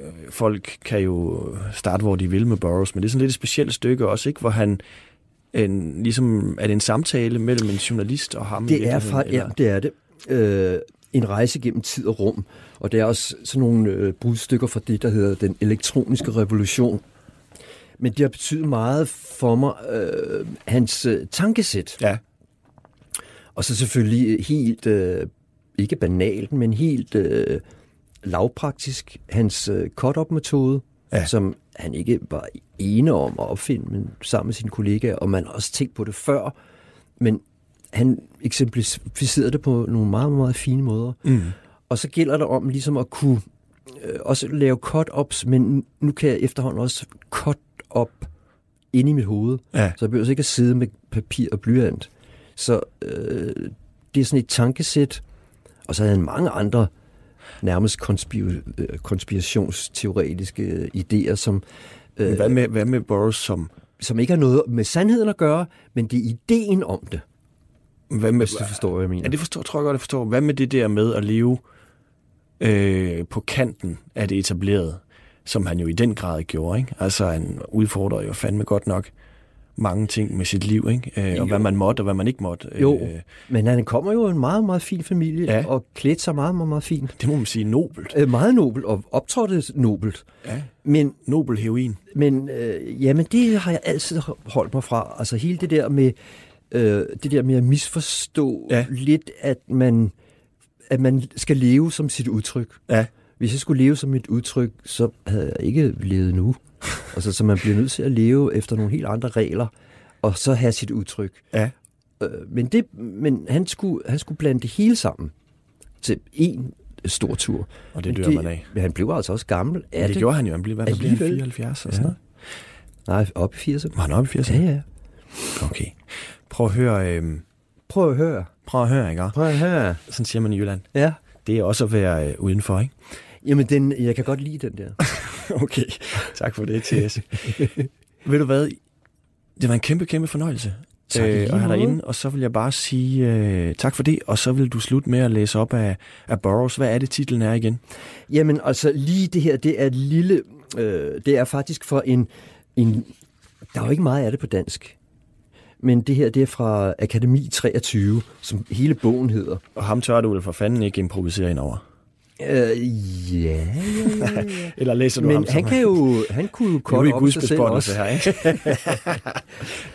B: øh, folk kan jo starte, hvor de vil med Burroughs, men det er sådan lidt et specielt stykke også, ikke? hvor han en, ligesom, er det en samtale mellem en journalist og ham? i
C: Det er,
B: virkeligheden,
C: fra,
B: eller?
C: ja, det er det. Øh, en rejse gennem tid og rum. Og der er også sådan nogle øh, brudstykker fra det, der hedder den elektroniske revolution. Men det har betydet meget for mig, øh, hans øh, tankesæt.
B: ja.
C: Og så selvfølgelig helt, øh, ikke banalt, men helt øh, lavpraktisk, hans øh, cut-up-metode,
B: Ja.
C: ja. som han ikke var ene om at opfinde, men sammen med sine kollegaer, og man har også tænkt på det før, men han eksemplificerede det på nogle meget, meget fine måder. Mm. Og så gælder det om ligesom at kunne øh, også lave cut-ups, men nu kan jeg efterhånden også cut-up inde i mit hoved.
B: Ja.
C: Så jeg behøver ikke at sidde med papir og blyant. Så øh, det er sådan et tankesæt, og så havde han mange andre nærmest konspir- øh, konspirationsteoretiske øh, idéer, som,
B: Men Hvad, med, hvad med Burroughs som...
C: som ikke har noget med sandheden at gøre, men det er ideen om det,
B: Hvad med,
C: hvis du Altså, forstår, hvad jeg mener.
B: Ja, det forstår, tror jeg godt, jeg forstår. Hvad med det der med at leve øh, på kanten af det etablerede, som han jo i den grad gjorde, ikke? Altså, han udfordrer jo fandme godt nok mange ting med sit liv, ikke? Øh, og hvad man måtte, og hvad man ikke måtte.
C: jo,
B: Øh,
C: men han kommer jo af en meget, meget fin familie,
B: Ja.
C: ja. og klædte sig meget, meget, meget fint.
B: det må man sige nobelt.
C: Øh, meget nobelt, og optrådte nobelt.
B: Ja.
C: Men
B: Nobel heroin.
C: Men øh, jamen, det har jeg altid holdt mig fra. Altså hele det der med, øh, det der med at misforstå
B: Ja.
C: ja. lidt, at man, at man skal leve som sit udtryk.
B: Ja.
C: Hvis jeg skulle leve som mit udtryk, så havde jeg ikke levet nu. altså, så man bliver nødt til at leve efter nogle helt andre regler, og så have sit udtryk.
B: Ja.
C: Øh, men det, men han, skulle, han skulle blande det hele sammen til én stor tur.
B: Og det
C: Men
B: dør man af.
C: Men han blev altså også gammel af
B: Ja,
C: det.
B: det, det gjorde han jo. Han blev, hvad, blev han
C: Alligevel.
B: 74 og sådan noget.
C: Nej, op i 80'erne.
B: Var han oppe i 80'erne?
C: Ja, ja.
B: Okay. Prøv at høre... Øh,
C: Prøv at høre.
B: prøv at høre, ikke?
C: Prøv at høre.
B: Sådan siger man i Jylland.
C: Ja.
B: Det er også at være øh, udenfor, ikke?
C: Jamen, den, jeg kan godt lide den der.
B: Okay, tak for det, T.S. Ved du hvad, det var en kæmpe, kæmpe fornøjelse
C: Tak i lige
B: at have dig
C: måde.
B: inde, Øh, og så vil jeg bare sige øh, tak for det, og så vil du slutte med at læse op af, af Burroughs. Hvad er det, titlen er igen?
C: Jamen, altså, lige det her, det er et lille... Øh, det er faktisk for en, en... Der er jo ikke meget af det på dansk. Men det her, det er fra Akademi 23, som hele bogen hedder.
B: Og ham tør du vel for fanden ikke improvisere ind over?
C: Øh, ja, ja, ja, ja.
B: Eller læser du ham
C: Men
B: som-
C: han kan jo... Han kunne jo
B: Det er jo
C: godt
B: ikke
C: op sig selv
B: gudsbespåndelse
C: også.
B: her, ikke?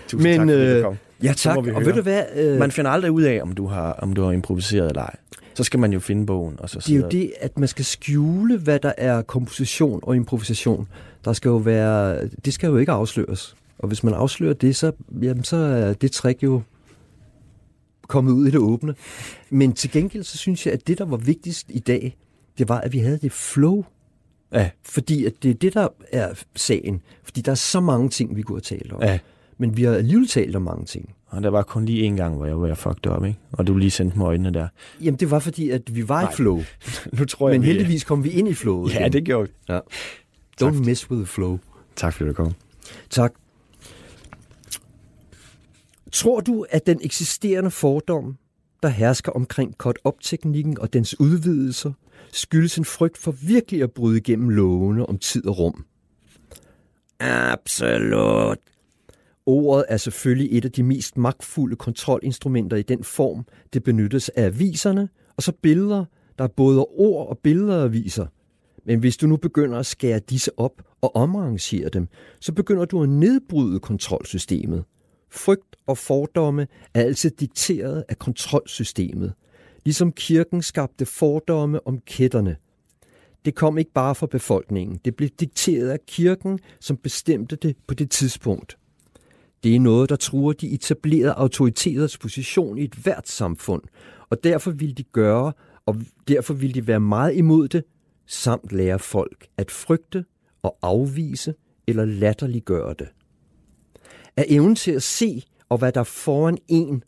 B: Tusind
C: Men,
B: tak, fordi du
C: øh,
B: kom.
C: ja
B: Så
C: tak,
B: må vi
C: og
B: høre.
C: ved du hvad, øh,
B: Man finder aldrig ud af, om du har, om du har improviseret eller ej. Så skal man jo finde bogen, og så
C: Det er
B: sidde
C: jo det, at man skal skjule, hvad der er komposition og improvisation. Der skal jo være, det skal jo ikke afsløres. Og hvis man afslører det, så, jamen, så er det trick jo kommet ud i det åbne. Men til gengæld, så synes jeg, at det, der var vigtigst i dag, det var, at vi havde det flow.
B: Ja.
C: Fordi at det er det, der er sagen. Fordi der er så mange ting, vi kunne have talt om.
B: Ja.
C: Men vi har alligevel talt om mange ting.
B: Og der var kun lige en gang, hvor jeg var fucked up, ikke? Og du lige sendte mig øjnene der.
C: Jamen, det var fordi, at vi var
B: Nej.
C: i flow.
B: nu tror
C: Men
B: vi-
C: heldigvis kom vi ind i flowet.
B: Ja,
C: igen.
B: det gjorde
C: Ja. Don't mess with the flow.
B: Tak fordi du kom.
C: Tak. Tror du, at den eksisterende fordom, der hersker omkring cut-up-teknikken og dens udvidelser, skyldes en frygt for virkelig at bryde igennem lovene om tid og rum? Absolut. Ordet er selvfølgelig et af de mest magtfulde kontrolinstrumenter i den form, det benyttes af aviserne, og så billeder, der er både ord og billeder af aviser. Men hvis du nu begynder at skære disse op og omarrangere dem, så begynder du at nedbryde kontrolsystemet. Frygt og fordomme er altid dikteret af kontrolsystemet, ligesom kirken skabte fordomme om kætterne. Det kom ikke bare fra befolkningen, det blev dikteret af kirken, som bestemte det på det tidspunkt. Det er noget, der truer de etablerede autoriteters position i et hvert samfund, og derfor vil de gøre, og derfor vil de være meget imod det, samt lære folk at frygte og afvise eller latterliggøre det. At evnen til at se og hvad der er foran en,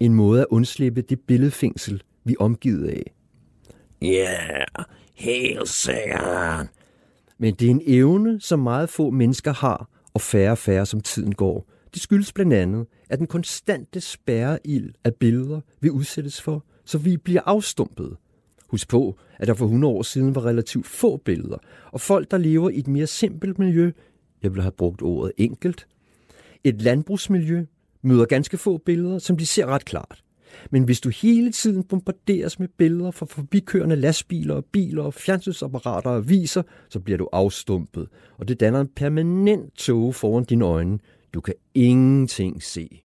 C: en måde at undslippe det billedfængsel, vi er omgivet af. Ja, yeah, helt sikkert. Men det er en evne, som meget få mennesker har, og færre og færre, som tiden går. Det skyldes blandt andet, at den konstante spærreild af billeder, vi udsættes for, så vi bliver afstumpet. Husk på, at der for 100 år siden var relativt få billeder, og folk, der lever i et mere simpelt miljø, jeg vil have brugt ordet enkelt, et landbrugsmiljø, møder ganske få billeder, som de ser ret klart. Men hvis du hele tiden bombarderes med billeder fra forbikørende lastbiler og biler og fjernsynsapparater og viser, så bliver du afstumpet, og det danner en permanent tåge foran dine øjne. Du kan ingenting se.